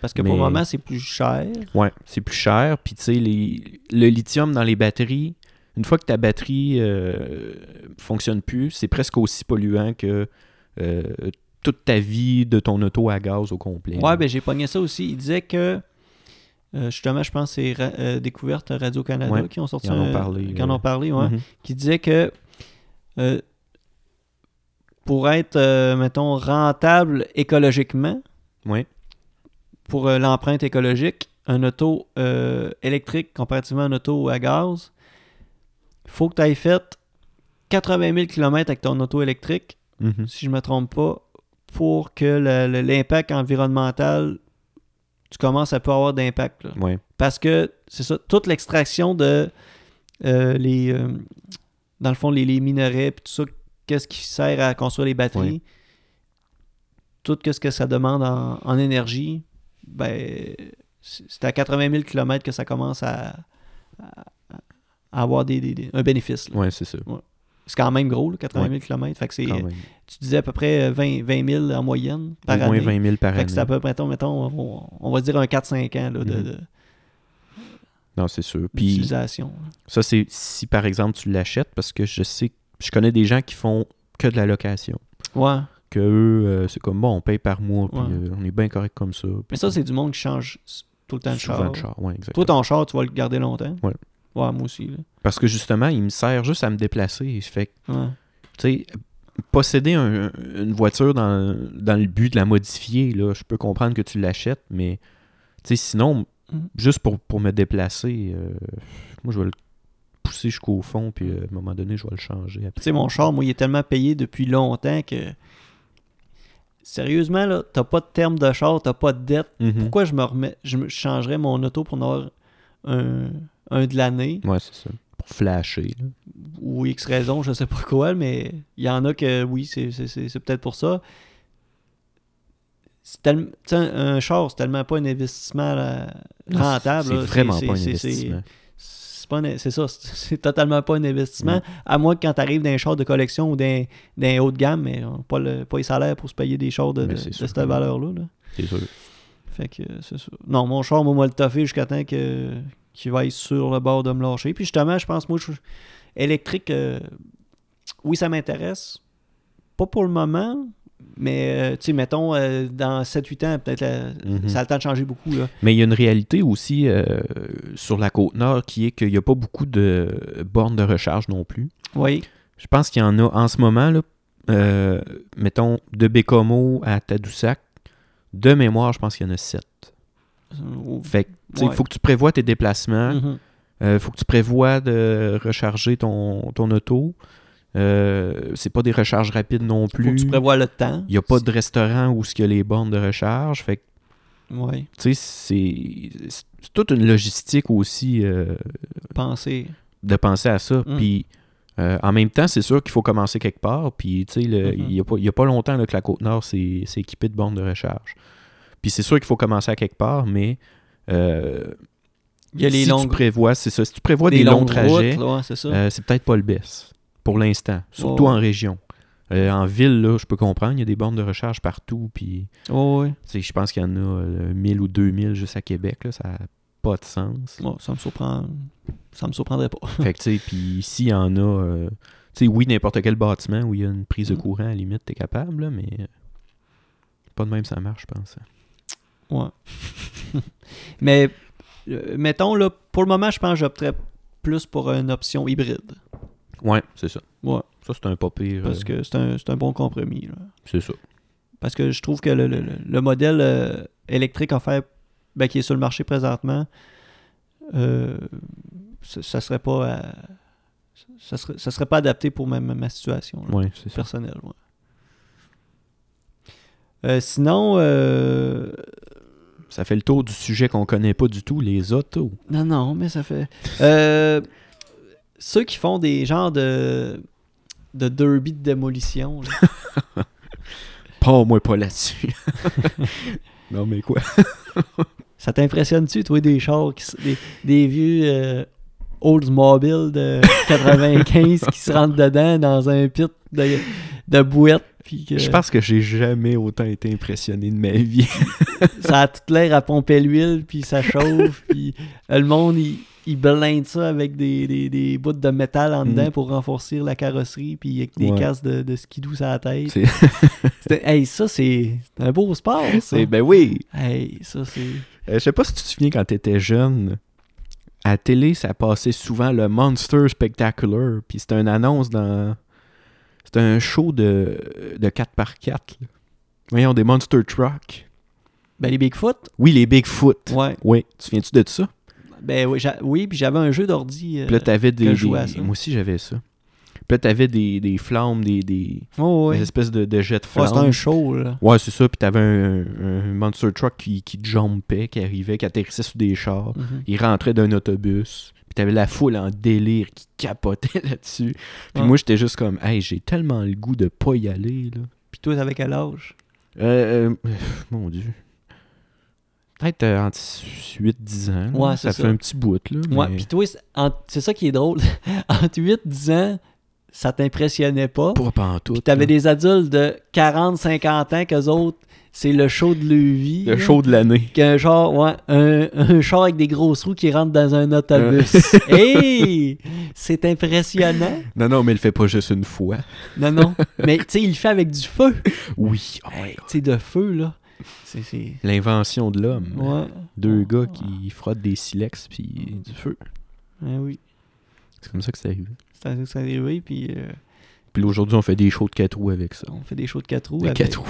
Speaker 1: Parce que pour le
Speaker 2: Mais-
Speaker 1: moment, c'est plus cher.
Speaker 2: Ouais, c'est plus cher. Puis tu sais, les- le lithium dans les batteries, une fois que ta batterie euh, fonctionne plus, c'est presque aussi polluant que euh, toute ta vie de ton auto à gaz au complet.
Speaker 1: Ouais, ben j'ai pogné ça aussi. Il disait que, euh, justement, je pense que c'est Ra- euh, Découverte Radio-Canada
Speaker 2: Ouais,
Speaker 1: qui ont sorti
Speaker 2: ils en ont
Speaker 1: un-
Speaker 2: parlé,
Speaker 1: qui en
Speaker 2: euh,
Speaker 1: ont parlé, ouais.
Speaker 2: Mhm.
Speaker 1: qui disait que euh, pour être, euh, mettons, rentable écologiquement,
Speaker 2: Ouais.
Speaker 1: pour euh, l'empreinte écologique, un auto euh, électrique comparativement à un auto à gaz, faut que tu aies fait 80 000 km avec ton auto électrique,
Speaker 2: Mhm.
Speaker 1: si je ne me trompe pas, pour que le- le- l'impact environnemental, tu commences à pas avoir d'impact. là.
Speaker 2: Ouais.
Speaker 1: Parce que, c'est ça, toute l'extraction de euh, les. euh, dans le fond, les, les minerais, puis tout ça, qu'est-ce qui sert à construire les batteries,
Speaker 2: Oui.
Speaker 1: tout ce que ça demande en, en énergie, ben, c'est c'est à 80 000 km que ça commence à, à- à avoir des, des- des- un bénéfice. là.
Speaker 2: Ouais, c'est ça.
Speaker 1: C'est quand même gros, là, 80 000 km. Fait que c'est,
Speaker 2: Quand même.
Speaker 1: tu disais à peu près euh, 20, 20 000 en moyenne
Speaker 2: Au
Speaker 1: par
Speaker 2: moins
Speaker 1: année.
Speaker 2: 20 000 par
Speaker 1: Fait
Speaker 2: année.
Speaker 1: que c'est à peu près, mettons, mettons, on, on va dire un 4-5 ans là, de-
Speaker 2: Mhm.
Speaker 1: de-
Speaker 2: Non, c'est sûr. Puis
Speaker 1: d'utilisation. là.
Speaker 2: Ça, c'est si par exemple tu l'achètes, parce que je sais, je connais des gens qui font que de la location.
Speaker 1: Ouais.
Speaker 2: Que eux, euh, c'est comme bon, on paye par mois, puis
Speaker 1: Ouais.
Speaker 2: euh, on est bien correct comme ça.
Speaker 1: Mais ça, c'est du monde qui change s- tout le temps de char.
Speaker 2: souvent le char. Ouais, exact.
Speaker 1: Toi, ton char, tu vas le garder longtemps.
Speaker 2: Ouais.
Speaker 1: Ouais, moi aussi. là.
Speaker 2: Parce que justement, il me sert juste à me déplacer. Fait que,
Speaker 1: Ouais.
Speaker 2: tu sais, posséder un- une voiture dans, dans le but de la modifier, là, je peux comprendre que tu l'achètes, mais tu sais, sinon,
Speaker 1: Mhm.
Speaker 2: juste pour, pour me déplacer, euh, moi, je vais le pousser jusqu'au fond, puis euh, à un moment donné, je vais le changer.
Speaker 1: Puis,
Speaker 2: après.
Speaker 1: tu sais, mon char, moi, il est tellement payé depuis longtemps que. Sérieusement, là, t'as pas de terme de char, t'as pas de dette.
Speaker 2: Mhm.
Speaker 1: Pourquoi je me remets. Je me- je changerais mon auto pour en avoir un, un de l'année
Speaker 2: Ouais, c'est ça. Pour flasher. là.
Speaker 1: ou X raison, je sais pas quoi, mais il y en a que oui, c'est- c'est c'est- c'est peut-être pour ça. C'est tellement- tu sais, un, un char, c'est tellement pas un investissement là, rentable.
Speaker 2: C'est
Speaker 1: là.
Speaker 2: vraiment
Speaker 1: C'est-
Speaker 2: pas un
Speaker 1: c'est- c'est-
Speaker 2: investissement.
Speaker 1: c'est pas un- c'est ça, c'est c'est totalement pas un investissement. À moins que quand tu arrives dans un char de collection ou dans un haut de gamme, mais on n'a pas, le- pas les salaires pour se payer des chars de, de-
Speaker 2: Mais c'est
Speaker 1: de
Speaker 2: sûr.
Speaker 1: cette valeur-là. là.
Speaker 2: C'est sûr.
Speaker 1: Fait que euh, c'est ça. Non, mon char, moi, moi le toffer jusqu'à temps que qu'il vaille sur le bord de me lâcher. Puis justement, je pense, moi, je- électrique, euh, oui, ça m'intéresse. Pas pour le moment, mais euh, tu sais, mettons, euh, dans 7-8 ans, peut-être, la-
Speaker 2: Mhm.
Speaker 1: ça a le temps de changer beaucoup. Là.
Speaker 2: Mais il y a une réalité aussi euh, sur la côte nord qui est qu'il n'y a pas beaucoup de bornes de recharge non plus.
Speaker 1: Oui,
Speaker 2: Je pense qu'il y en a en ce moment, là, euh, mettons, de Bécomo à Tadoussac. De mémoire, je pense qu'il y en a sept. Fait que, tu sais, il
Speaker 1: Ouais.
Speaker 2: faut que tu prévois tes déplacements.
Speaker 1: Mhm.
Speaker 2: Euh, faut que tu prévois de recharger ton, ton auto. Euh, c'est pas des recharges rapides non plus.
Speaker 1: Faut que tu prévois le temps.
Speaker 2: Il n'y a pas de restaurant où il y a les bornes de recharge. Fait que,
Speaker 1: Oui,
Speaker 2: tu sais, c'est- c'est c'est toute une logistique aussi euh,
Speaker 1: penser.
Speaker 2: de penser à ça.
Speaker 1: Mm.
Speaker 2: Puis, euh, en même temps, c'est sûr qu'il faut commencer quelque part. Puis, tu sais, le-
Speaker 1: Mhm.
Speaker 2: il n'y a, pas- il y a pas longtemps là, que la Côte-Nord s'est s'est équipée de bornes de recharge. Puis, c'est sûr qu'il faut commencer à quelque part, mais... euh,
Speaker 1: Il y a les
Speaker 2: si
Speaker 1: longues-
Speaker 2: tu prévois, c'est ça. Si tu prévois des, longs trajets,
Speaker 1: routes, là, ouais, c'est ça.
Speaker 2: euh, c'est peut-être pas le best pour l'instant, surtout
Speaker 1: Ouais.
Speaker 2: en région. Euh, en ville, là, je peux comprendre, il y a des bornes de recharge partout, puis
Speaker 1: Ouais, ouais.
Speaker 2: Tu sais, je pense qu'il y en a euh, 1000 ou 2000 juste à Québec. Là, ça n'a pas de sens.
Speaker 1: Ouais, ça me surprend. Ça me surprendrait pas.
Speaker 2: Fait que, tu sais, puis s'il y en a... euh, tu sais, oui, n'importe quel bâtiment où il y a une prise de
Speaker 1: Mm.
Speaker 2: courant, à la limite, t'es capable, là, mais... euh, Pas de même, ça marche, je pense.
Speaker 1: Ouais. Mais Euh, mettons, là, pour le moment, je pense que j'opterais plus pour une option hybride.
Speaker 2: Ouais, c'est ça.
Speaker 1: Ouais,
Speaker 2: Ça, c'est un pas pire.
Speaker 1: parce
Speaker 2: euh,
Speaker 1: que c'est un, c'est un bon compromis. là.
Speaker 2: C'est ça.
Speaker 1: Parce que je trouve que le, le- le- le modèle euh, électrique offert, ben, qui est sur le marché présentement, euh, ça, ça serait pas à- ça serait, ça serait pas adapté pour ma, ma- ma situation là,
Speaker 2: Ouais, c'est ça.
Speaker 1: personnelle. ouais. Euh, sinon, euh,
Speaker 2: Ça fait le tour du sujet qu'on connaît pas du tout, les autos.
Speaker 1: Non, non, mais ça fait. Euh, ceux qui font des genres de. de derby de démolition. là.
Speaker 2: Pas moi pas là-dessus. non mais quoi?
Speaker 1: Ça t'impressionne-tu, toi, des chars, qui, s- des, des vieux euh, Oldsmobile de 95 qui se rentrent dedans dans un pit de, de bouette? Puis que
Speaker 2: Je pense que j'ai jamais autant été impressionné de ma vie.
Speaker 1: ça a tout l'air à pomper l'huile, puis ça chauffe, puis euh, le monde, il, il blinde ça avec des, des, des bouts de métal en
Speaker 2: Mm.
Speaker 1: dedans pour renforcer la carrosserie, puis avec des
Speaker 2: Ouais.
Speaker 1: casques de, de skidoo sur la tête.
Speaker 2: C'est-
Speaker 1: C'était- hey, ça, c'est c'est un beau sport, ça.
Speaker 2: C'est- ben oui.
Speaker 1: Hey, ça, c'est...
Speaker 2: Euh, je sais pas si tu te souviens quand t'étais jeune. À la télé, ça passait souvent le Monster Spectacular. Puis c'était une annonce dans. C'était un show de, de 4x4. là. Voyons, des Monster Truck.
Speaker 1: Ben, les Bigfoot,
Speaker 2: Oui, les Bigfoot.
Speaker 1: ouais.
Speaker 2: Oui. Tu te souviens-tu de ça?
Speaker 1: Ben oui, j'a- oui puis j'avais un jeu d'ordi. euh,
Speaker 2: Puis là, t'avais des.
Speaker 1: que je jouais à
Speaker 2: des-
Speaker 1: ça.
Speaker 2: Moi aussi, j'avais ça. Puis là, t'avais des, des flammes, des, des,
Speaker 1: oh, ouais.
Speaker 2: des espèces de, de jets de
Speaker 1: Ouais,
Speaker 2: flammes.
Speaker 1: c'était un show, là.
Speaker 2: Ouais, c'est ça. Puis t'avais un, un Monster Truck qui, qui jumpait, qui arrivait, qui atterrissait sur des chars.
Speaker 1: Mhm.
Speaker 2: Il rentrait d'un autobus. Puis t'avais la foule en délire qui capotait là-dessus. Puis
Speaker 1: Ouais.
Speaker 2: moi, j'étais juste comme, hey, j'ai tellement le goût de pas y aller, là.
Speaker 1: Puis toi, t'avais quel âge?
Speaker 2: Euh, euh, pff, mon Dieu. Peut-être euh, entre 8-10 ans. là.
Speaker 1: Ouais,
Speaker 2: ça
Speaker 1: c'est
Speaker 2: fait
Speaker 1: ça.
Speaker 2: un petit bout, là.
Speaker 1: Ouais,
Speaker 2: mais
Speaker 1: puis toi, c'est en- c'est ça qui est drôle. Entre 8-10 ans, ça t'impressionnait pas.
Speaker 2: Pas pantoute.
Speaker 1: Puis t'avais
Speaker 2: là.
Speaker 1: des adultes de 40, 50 ans, qu'eux autres, c'est le show de leur vie.
Speaker 2: Le
Speaker 1: là.
Speaker 2: show de l'année.
Speaker 1: Qu'un char, ouais, un, un char avec des grosses roues qui rentre dans
Speaker 2: Euh.
Speaker 1: un autobus. hey! C'est impressionnant.
Speaker 2: Non, non, mais il le fait pas juste une fois.
Speaker 1: Non, non. Mais tu sais, il le fait avec du feu.
Speaker 2: Oui. oh my
Speaker 1: Hey,
Speaker 2: God.
Speaker 1: tu sais, de feu, là. C'est. c'est-
Speaker 2: L'invention de l'homme.
Speaker 1: Ouais.
Speaker 2: Deux gars qui frottent des silex puis du feu.
Speaker 1: Ouais, Ah oui.
Speaker 2: C'est comme ça que ça arrive.
Speaker 1: C'est un truc qui s'est arrivé, puis euh,
Speaker 2: Puis là, aujourd'hui, on fait des shows de 4 roues avec ça.
Speaker 1: on fait des shows de 4 roues.
Speaker 2: Des
Speaker 1: avec-
Speaker 2: 4 roues.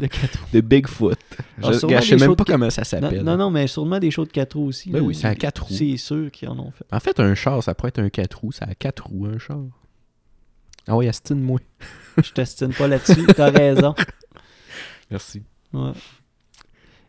Speaker 1: de quatre roues.
Speaker 2: De Bigfoot.
Speaker 1: Ah,
Speaker 2: je
Speaker 1: sûrement
Speaker 2: gars, je sais
Speaker 1: des
Speaker 2: même
Speaker 1: shows
Speaker 2: pas
Speaker 1: de-
Speaker 2: comment ça
Speaker 1: Non,
Speaker 2: s'appelle.
Speaker 1: non, non, mais sûrement des shows de 4 roues aussi.
Speaker 2: Ben
Speaker 1: là.
Speaker 2: oui, c'est à 4 roues.
Speaker 1: C'est sûr qu'ils en ont fait.
Speaker 2: En fait, un char, ça pourrait être un 4 roues. C'est à 4 roues, un char. Ah oui, astine-moi.
Speaker 1: Je t'estime pas là-dessus, t'as raison.
Speaker 2: Merci.
Speaker 1: Ouais.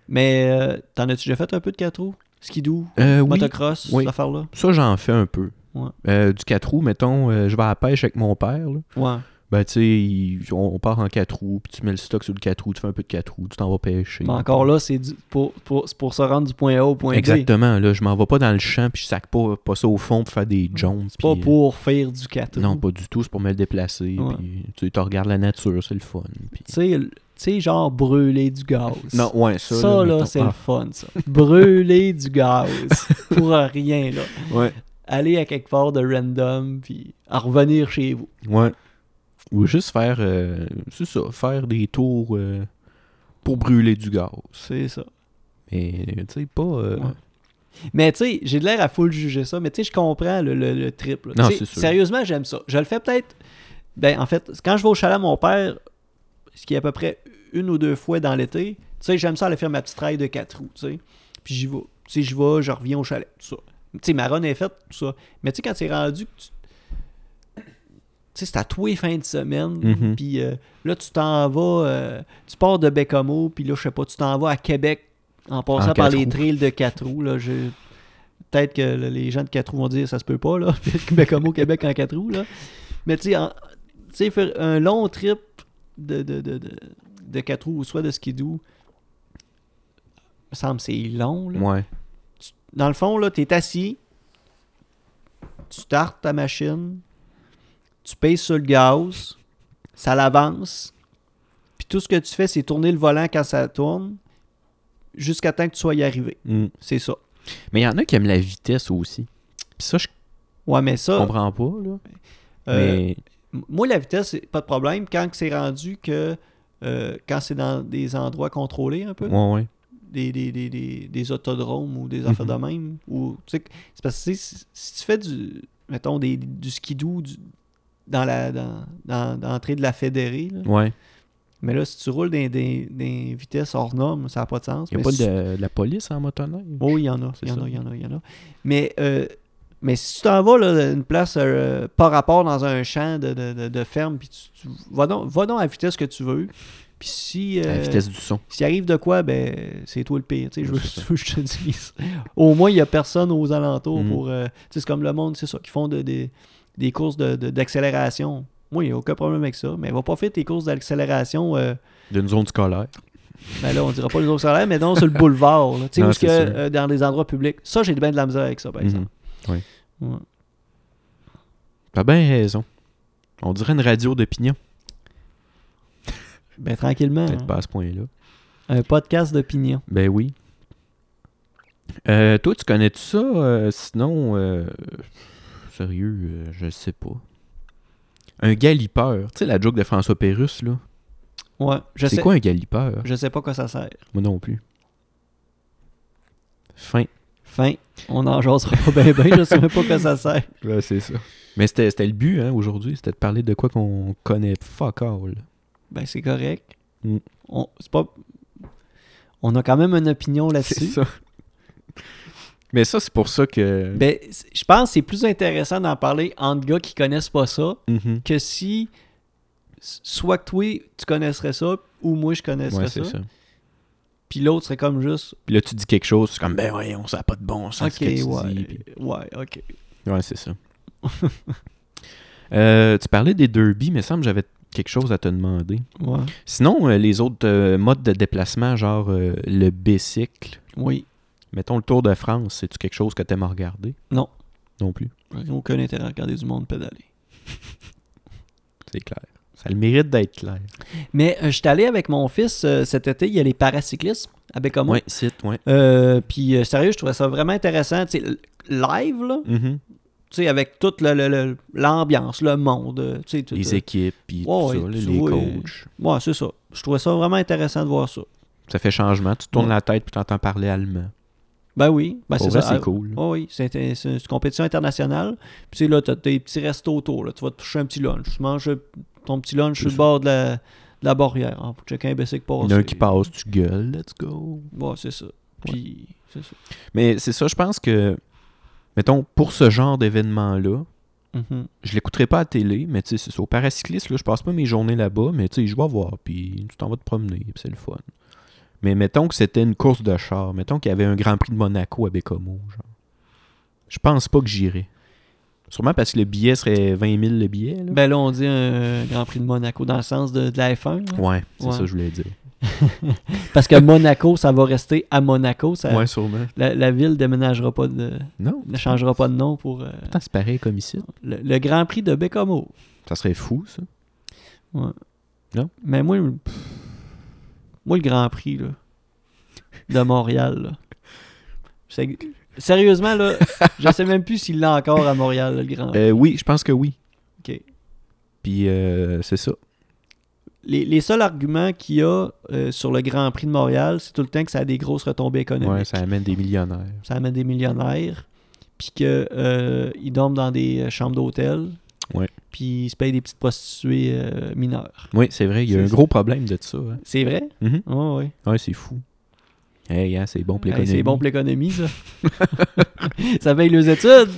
Speaker 1: Mais euh, t'en as-tu déjà fait un peu de 4 roues? Skidoo,
Speaker 2: Euh, oui,
Speaker 1: motocross,
Speaker 2: Oui.
Speaker 1: cette affaire-là?
Speaker 2: ça, j'en fais un peu.
Speaker 1: Ouais.
Speaker 2: Euh, du 4 roues, mettons, euh, je vais à la pêche avec mon père. là.
Speaker 1: Ouais.
Speaker 2: Ben, tu sais, il- on, on part en 4 roues, puis tu mets le stock sur le 4 roues, tu fais un peu de 4 roues, tu t'en vas pêcher.
Speaker 1: Mais encore là, c'est du- pour, pour, c'est pour se rendre du point A au point B.
Speaker 2: Exactement, là, je m'en vais pas dans le champ puis je sac pas, pas ça au fond pour faire des jumps.
Speaker 1: C'est pas
Speaker 2: puis,
Speaker 1: pour faire du 4
Speaker 2: euh,
Speaker 1: roues.
Speaker 2: Non, pas du tout, c'est pour me le déplacer.
Speaker 1: Ouais.
Speaker 2: Puis, tu sais, tu regardes la nature, c'est le fun. puis-
Speaker 1: Tu sais, le- tu sais, genre brûler du gaz.
Speaker 2: Non, ouais, ça.
Speaker 1: Ça, là,
Speaker 2: mettons-
Speaker 1: c'est le
Speaker 2: Ah,
Speaker 1: fun, ça. Brûler du gaz. Pour rien, là.
Speaker 2: Ouais,
Speaker 1: Aller à quelque part de random, puis en revenir chez vous.
Speaker 2: Ah, ouais. Ou juste faire, euh, c'est ça, faire des tours euh, pour brûler du gaz.
Speaker 1: C'est ça.
Speaker 2: Mais, tu sais, pas... euh,
Speaker 1: Ouais. Mais tu sais, j'ai de l'air à full juger ça, mais tu sais, je comprends le, le, le trip. là.
Speaker 2: Non,
Speaker 1: Tu sais,
Speaker 2: c'est sûr.
Speaker 1: Sérieusement, j'aime ça. Je le fais peut-être. Ben, en fait, quand je vais au chalet à mon père, ce qui est à peu près une ou deux fois dans l'été, tu sais, j'aime ça aller faire ma petite trail de quatre roues, tu sais. Puis j'y vais. Tu sais, j'y vais, je reviens au chalet, tout ça. Tu sais, ma run est faite, tout ça. Mais tu sais, quand c'est rendu que tu. Tu sais, c'est à tous les fins de semaine.
Speaker 2: Mhm.
Speaker 1: Puis euh, là, tu t'en vas. euh, tu pars de Bécamo, puis là, je sais pas, tu t'en vas à Québec en passant
Speaker 2: En
Speaker 1: par
Speaker 2: quatre
Speaker 1: les
Speaker 2: roues.
Speaker 1: trails de quatre roues. Là, je- Peut-être que le- les gens de quatre roues vont dire ça se peut pas, là. Bécamo, Québec en quatre roues, là. Mais tu sais, en- tu sais, faire un long trip de, de, de, de, de quatre roues, ou soit de skidoo, me semble que c'est long, là.
Speaker 2: ouais.
Speaker 1: Tu- dans le fond, là, t'es assis, tu startes ta machine, tu pèses sur le gaz, ça l'avance, puis tout ce que tu fais, c'est tourner le volant quand ça tourne, jusqu'à temps que tu sois y arrivé.
Speaker 2: Mm.
Speaker 1: C'est ça.
Speaker 2: Mais il y en a qui aiment la vitesse aussi. Puis ça, je
Speaker 1: Ouais, mais ça,
Speaker 2: comprends pas, là.
Speaker 1: euh,
Speaker 2: Mais,
Speaker 1: m- moi, la vitesse, c'est pas de problème quand que c'est rendu que, euh, quand c'est dans des endroits contrôlés un peu,
Speaker 2: ouais, ouais.
Speaker 1: des, des, des, des, des autodromes ou des
Speaker 2: Mhm.
Speaker 1: affaires de même. Ou, tu sais, c'est parce que tu sais, si, si tu fais du, mettons, des, du skidoo du, dans la dans, dans- dans l'entrée de la fédérée, là,
Speaker 2: Ouais.
Speaker 1: mais là, si tu roules des, des, des vitesses hors normes, ça n'a pas de sens.
Speaker 2: Il n'y
Speaker 1: Mais
Speaker 2: a pas
Speaker 1: si-
Speaker 2: de, de la police en motoneige.
Speaker 1: Oh, il y en a,
Speaker 2: C'est
Speaker 1: il y en
Speaker 2: ça.
Speaker 1: a, il y en a, il y en a. Mais, euh, mais si tu t'en vas là, une place euh, par rapport dans un champ de, de, de- de ferme, puis tu, tu- va, donc, va donc à la vitesse que tu veux. Puis si...
Speaker 2: À la
Speaker 1: euh,
Speaker 2: vitesse du son.
Speaker 1: s'il arrive de quoi, ben c'est toi le pire. Tu sais, je, veux,
Speaker 2: Ouais, c'est ça.
Speaker 1: je veux que je te dise. Au moins, il n'y a personne aux alentours
Speaker 2: Mhm.
Speaker 1: pour. euh, tu sais, c'est comme le monde, c'est ça, qui font de- des- des courses de- de- d'accélération. Moi, il n'y a aucun problème avec ça. Mais va pas faire tes courses d'accélération. euh,
Speaker 2: D'une zone scolaire.
Speaker 1: ben là, on dira pas les autres salaires, mais non, sur le boulevard. là, Tu sais,
Speaker 2: Non,
Speaker 1: où est-ce
Speaker 2: c'est
Speaker 1: que,
Speaker 2: ça.
Speaker 1: euh, dans des endroits publics. Ça, j'ai bien de la misère avec Ben, ça, par exemple.
Speaker 2: Mhm.
Speaker 1: Ouais.
Speaker 2: T'as bien raison. On dirait une radio d'opinion.
Speaker 1: Ben tranquillement.
Speaker 2: Peut-être
Speaker 1: hein.
Speaker 2: pas à ce point-là.
Speaker 1: Un podcast d'opinion.
Speaker 2: Ben oui. Euh, toi, tu connais tout ça? euh, sinon, euh, sérieux, euh, je sais pas. Un galipeur. Tu sais la joke de François Pérusse, là?
Speaker 1: Ouais. Je
Speaker 2: Ah, C'est
Speaker 1: sais,
Speaker 2: quoi un galipeur?
Speaker 1: je sais pas quoi ça sert.
Speaker 2: Moi non plus. Fin.
Speaker 1: Fin. On n'en jasera pas ben ben, je sais même pas quoi ça sert.
Speaker 2: Ouais, c'est ça. Mais c'était c'était le but, hein, aujourd'hui. C'était de parler de quoi qu'on connaît fuck all.
Speaker 1: Ben, c'est correct.
Speaker 2: Mm.
Speaker 1: On, c'est pas... on a quand même une opinion là-dessus.
Speaker 2: Mais ça, c'est pour ça que...
Speaker 1: Ben, c'est- je pense que c'est plus intéressant d'en parler entre gars qui connaissent pas ça
Speaker 2: Mhm.
Speaker 1: que si s- soit que toi, tu connaisserais ça ou moi, je connaisserais
Speaker 2: Ouais, c'est
Speaker 1: ça.
Speaker 2: ça.
Speaker 1: Puis l'autre serait comme juste
Speaker 2: Puis là, tu dis quelque chose, c'est comme, ben voyons, ça n'a pas de bon sens
Speaker 1: OK,
Speaker 2: ce que
Speaker 1: ouais,
Speaker 2: tu dis. puis-
Speaker 1: ouais, OK.
Speaker 2: Ouais, c'est ça. Euh, tu parlais des derbies, mais semble que j'avais quelque chose à te demander.
Speaker 1: Ouais.
Speaker 2: Sinon, euh, les autres euh, modes de déplacement, genre euh, le bicycle,
Speaker 1: Oui,
Speaker 2: mettons le Tour de France, c'est-tu quelque chose que t'aimes regarder?
Speaker 1: Non.
Speaker 2: Non plus,
Speaker 1: aucun intérêt à regarder du monde pédaler.
Speaker 2: c'est clair. Ça a le mérite d'être clair.
Speaker 1: Mais je j'étais allé avec mon fils euh, cet été, il y a les paracyclistes avec Ah, moi.
Speaker 2: Ouais, site, ouais.
Speaker 1: puis euh, sérieux, je trouvais ça vraiment intéressant. Tu sais, l- live, là, tu
Speaker 2: Mhm.
Speaker 1: sais, avec toute le- le- le- l'ambiance, le, monde, euh, tu sais, tout,
Speaker 2: Les
Speaker 1: euh,
Speaker 2: équipes, puis
Speaker 1: Ouais,
Speaker 2: tout
Speaker 1: ouais,
Speaker 2: ça, là,
Speaker 1: tu
Speaker 2: les
Speaker 1: vois,
Speaker 2: coachs.
Speaker 1: ouais, c'est ça. Je trouvais ça vraiment intéressant de voir ça.
Speaker 2: Ça fait changement. Tu te tournes
Speaker 1: Ouais.
Speaker 2: la tête, puis t'entends parler allemand.
Speaker 1: Ben oui, ben
Speaker 2: Pour
Speaker 1: c'est
Speaker 2: vrai,
Speaker 1: ça.
Speaker 2: c'est
Speaker 1: Ah,
Speaker 2: cool.
Speaker 1: ouais, oui, c'est un- c'est une compétition internationale. Puis tu sais, là, t'as des petits restos autour. Là. Tu vas te toucher un petit lunch. Tu manges ton petit lunch
Speaker 2: C'est
Speaker 1: sur le
Speaker 2: ça.
Speaker 1: bord de la, de la barrière. hein, pour checker un bicycle
Speaker 2: Il y en
Speaker 1: passer.
Speaker 2: a un qui passe, tu gueules, let's go.
Speaker 1: Ouais, c'est ça. Puis, c'est ça.
Speaker 2: Mais c'est ça, je pense que, mettons, pour ce genre d'événement-là,
Speaker 1: Mhm.
Speaker 2: je l'écouterai pas à la télé, mais tu sais, c'est ça. Au paracycliste, là, je passe pas mes journées là-bas, mais tu sais, je vais voir, puis tu t'en vas te promener, puis c'est le fun. Mais mettons que c'était une course de char, mettons qu'il y avait un Grand Prix de Monaco à Bécamo, genre. Je pense pas que j'irais. Sûrement parce que le billet serait 20 000 le billet, là.
Speaker 1: Ben là, on dit un Grand Prix de Monaco dans le sens de, de la F1. là.
Speaker 2: ouais, c'est
Speaker 1: Ouais.
Speaker 2: ça que je voulais dire.
Speaker 1: Parce que Monaco, ça va rester à Monaco. Ça,
Speaker 2: Ouais, sûrement.
Speaker 1: la, la ville déménagera pas de,
Speaker 2: Non,
Speaker 1: ne changera pas de nom pour euh,
Speaker 2: attends, c'est pareil comme ici.
Speaker 1: le, le Grand Prix de Bécamo.
Speaker 2: Ça serait fou, ça.
Speaker 1: Mais moi, pff, moi le Grand Prix là, de Montréal, là, c'est- sérieusement, là, je sais même plus s'il l'a encore à Montréal, le Grand Prix.
Speaker 2: Euh, oui, je pense que oui.
Speaker 1: Ok.
Speaker 2: Puis euh, c'est ça.
Speaker 1: Les, les seuls arguments qu'il y a euh, sur le Grand Prix de Montréal, c'est tout le temps que ça a des grosses retombées économiques.
Speaker 2: Ouais, ça amène des millionnaires.
Speaker 1: ça amène des millionnaires, puis que euh, ils dorment dans des euh, chambres d'hôtel,
Speaker 2: Ouais.
Speaker 1: puis ils se payent des petites prostituées euh, mineures.
Speaker 2: Oui, c'est vrai, il y a
Speaker 1: C'est
Speaker 2: un
Speaker 1: ça.
Speaker 2: gros problème de ça. Hein.
Speaker 1: C'est vrai?
Speaker 2: Mhm.
Speaker 1: Ouais, ouais.
Speaker 2: Ouais, c'est fou. Hey, hein, c'est bon pour
Speaker 1: Hey,
Speaker 2: l'économie.
Speaker 1: c'est bon pour l'économie, ça. ça paye les études.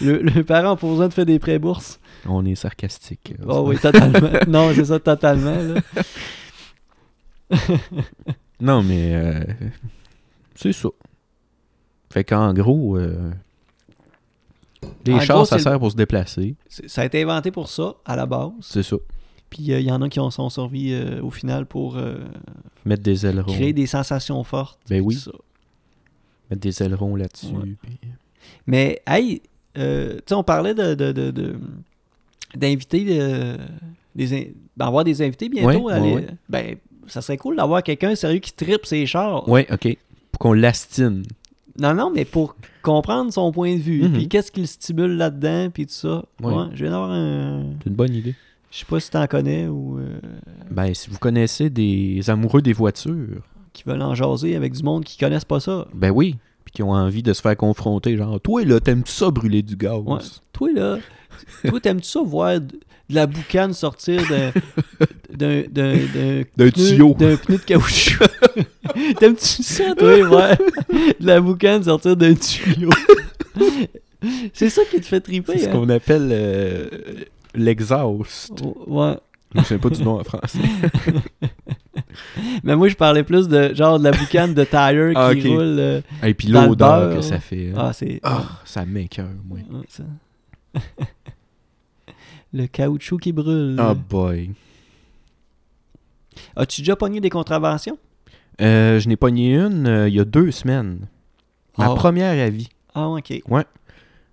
Speaker 1: Le, le parent a pas besoin de faire des prêts bourses.
Speaker 2: On est sarcastique. euh,
Speaker 1: Oh oui, totalement. non, c'est ça, totalement. là.
Speaker 2: Non, mais euh, c'est ça. Fait qu'en gros, euh, les
Speaker 1: En
Speaker 2: chars,
Speaker 1: gros,
Speaker 2: ça
Speaker 1: c'est le-
Speaker 2: sert pour se déplacer.
Speaker 1: C'est- Ça a été inventé pour ça, à la base.
Speaker 2: C'est ça.
Speaker 1: Puis euh, il y en a qui en sont servis euh, au final pour euh,
Speaker 2: Mettre des ailerons.
Speaker 1: créer des sensations fortes.
Speaker 2: Ben
Speaker 1: tout
Speaker 2: oui.
Speaker 1: ça.
Speaker 2: Mettre des ailerons là-dessus.
Speaker 1: Ouais.
Speaker 2: puis-
Speaker 1: Mais, hey, euh, tu sais, on parlait de, de, de- de- d'inviter euh, des in- d'avoir des invités bientôt.
Speaker 2: Ouais,
Speaker 1: à
Speaker 2: ouais,
Speaker 1: les-
Speaker 2: ouais.
Speaker 1: Ben, ça serait cool d'avoir quelqu'un sérieux qui tripe ses chars.
Speaker 2: Ouais, ok. Pour qu'on lastine.
Speaker 1: Non, non, mais pour comprendre son point de vue,
Speaker 2: Mhm.
Speaker 1: puis qu'est-ce qu'il stimule là-dedans, puis tout ça.
Speaker 2: Ouais.
Speaker 1: Ouais, je viens d'avoir un...
Speaker 2: C'est une bonne idée.
Speaker 1: Je sais pas si t'en connais ou... euh,
Speaker 2: Ben, si vous connaissez des amoureux des voitures,
Speaker 1: ok. qui veulent en jaser avec du monde qui connaissent pas ça.
Speaker 2: Ben oui. Puis qui ont envie de se faire confronter. Genre, toi, là, t'aimes-tu ça brûler du gaz?
Speaker 1: Ouais. Toi, là, toi, t'aimes-tu ça voir de de la boucane sortir d'un d'un- d'un- d'un
Speaker 2: D'un
Speaker 1: pneu-
Speaker 2: tuyau.
Speaker 1: d'un pneu de caoutchouc? T'aimes-tu ça, toi, ouais? De la boucane sortir d'un tuyau. C'est ça qui te fait
Speaker 2: C'est
Speaker 1: triper,
Speaker 2: ce
Speaker 1: hein?
Speaker 2: qu'on appelle euh, l'exhaust.
Speaker 1: Ouais.
Speaker 2: Je sais pas du nom en français.
Speaker 1: Mais moi, je parlais plus de genre de la boucane de tire qui
Speaker 2: Ah, ok.
Speaker 1: roule. euh,
Speaker 2: Et puis
Speaker 1: Dans le
Speaker 2: l'odeur que
Speaker 1: beurre.
Speaker 2: ça fait. hein.
Speaker 1: Ah, c'est.
Speaker 2: Ah, ça m'écoeure, moi.
Speaker 1: Ouais, ça. Le caoutchouc qui brûle.
Speaker 2: Oh boy.
Speaker 1: As-tu déjà pogné des contraventions?
Speaker 2: Euh, je n'ai pogné une euh, il y a deux semaines. Ma
Speaker 1: Oh.
Speaker 2: première à vie.
Speaker 1: Ah, ok.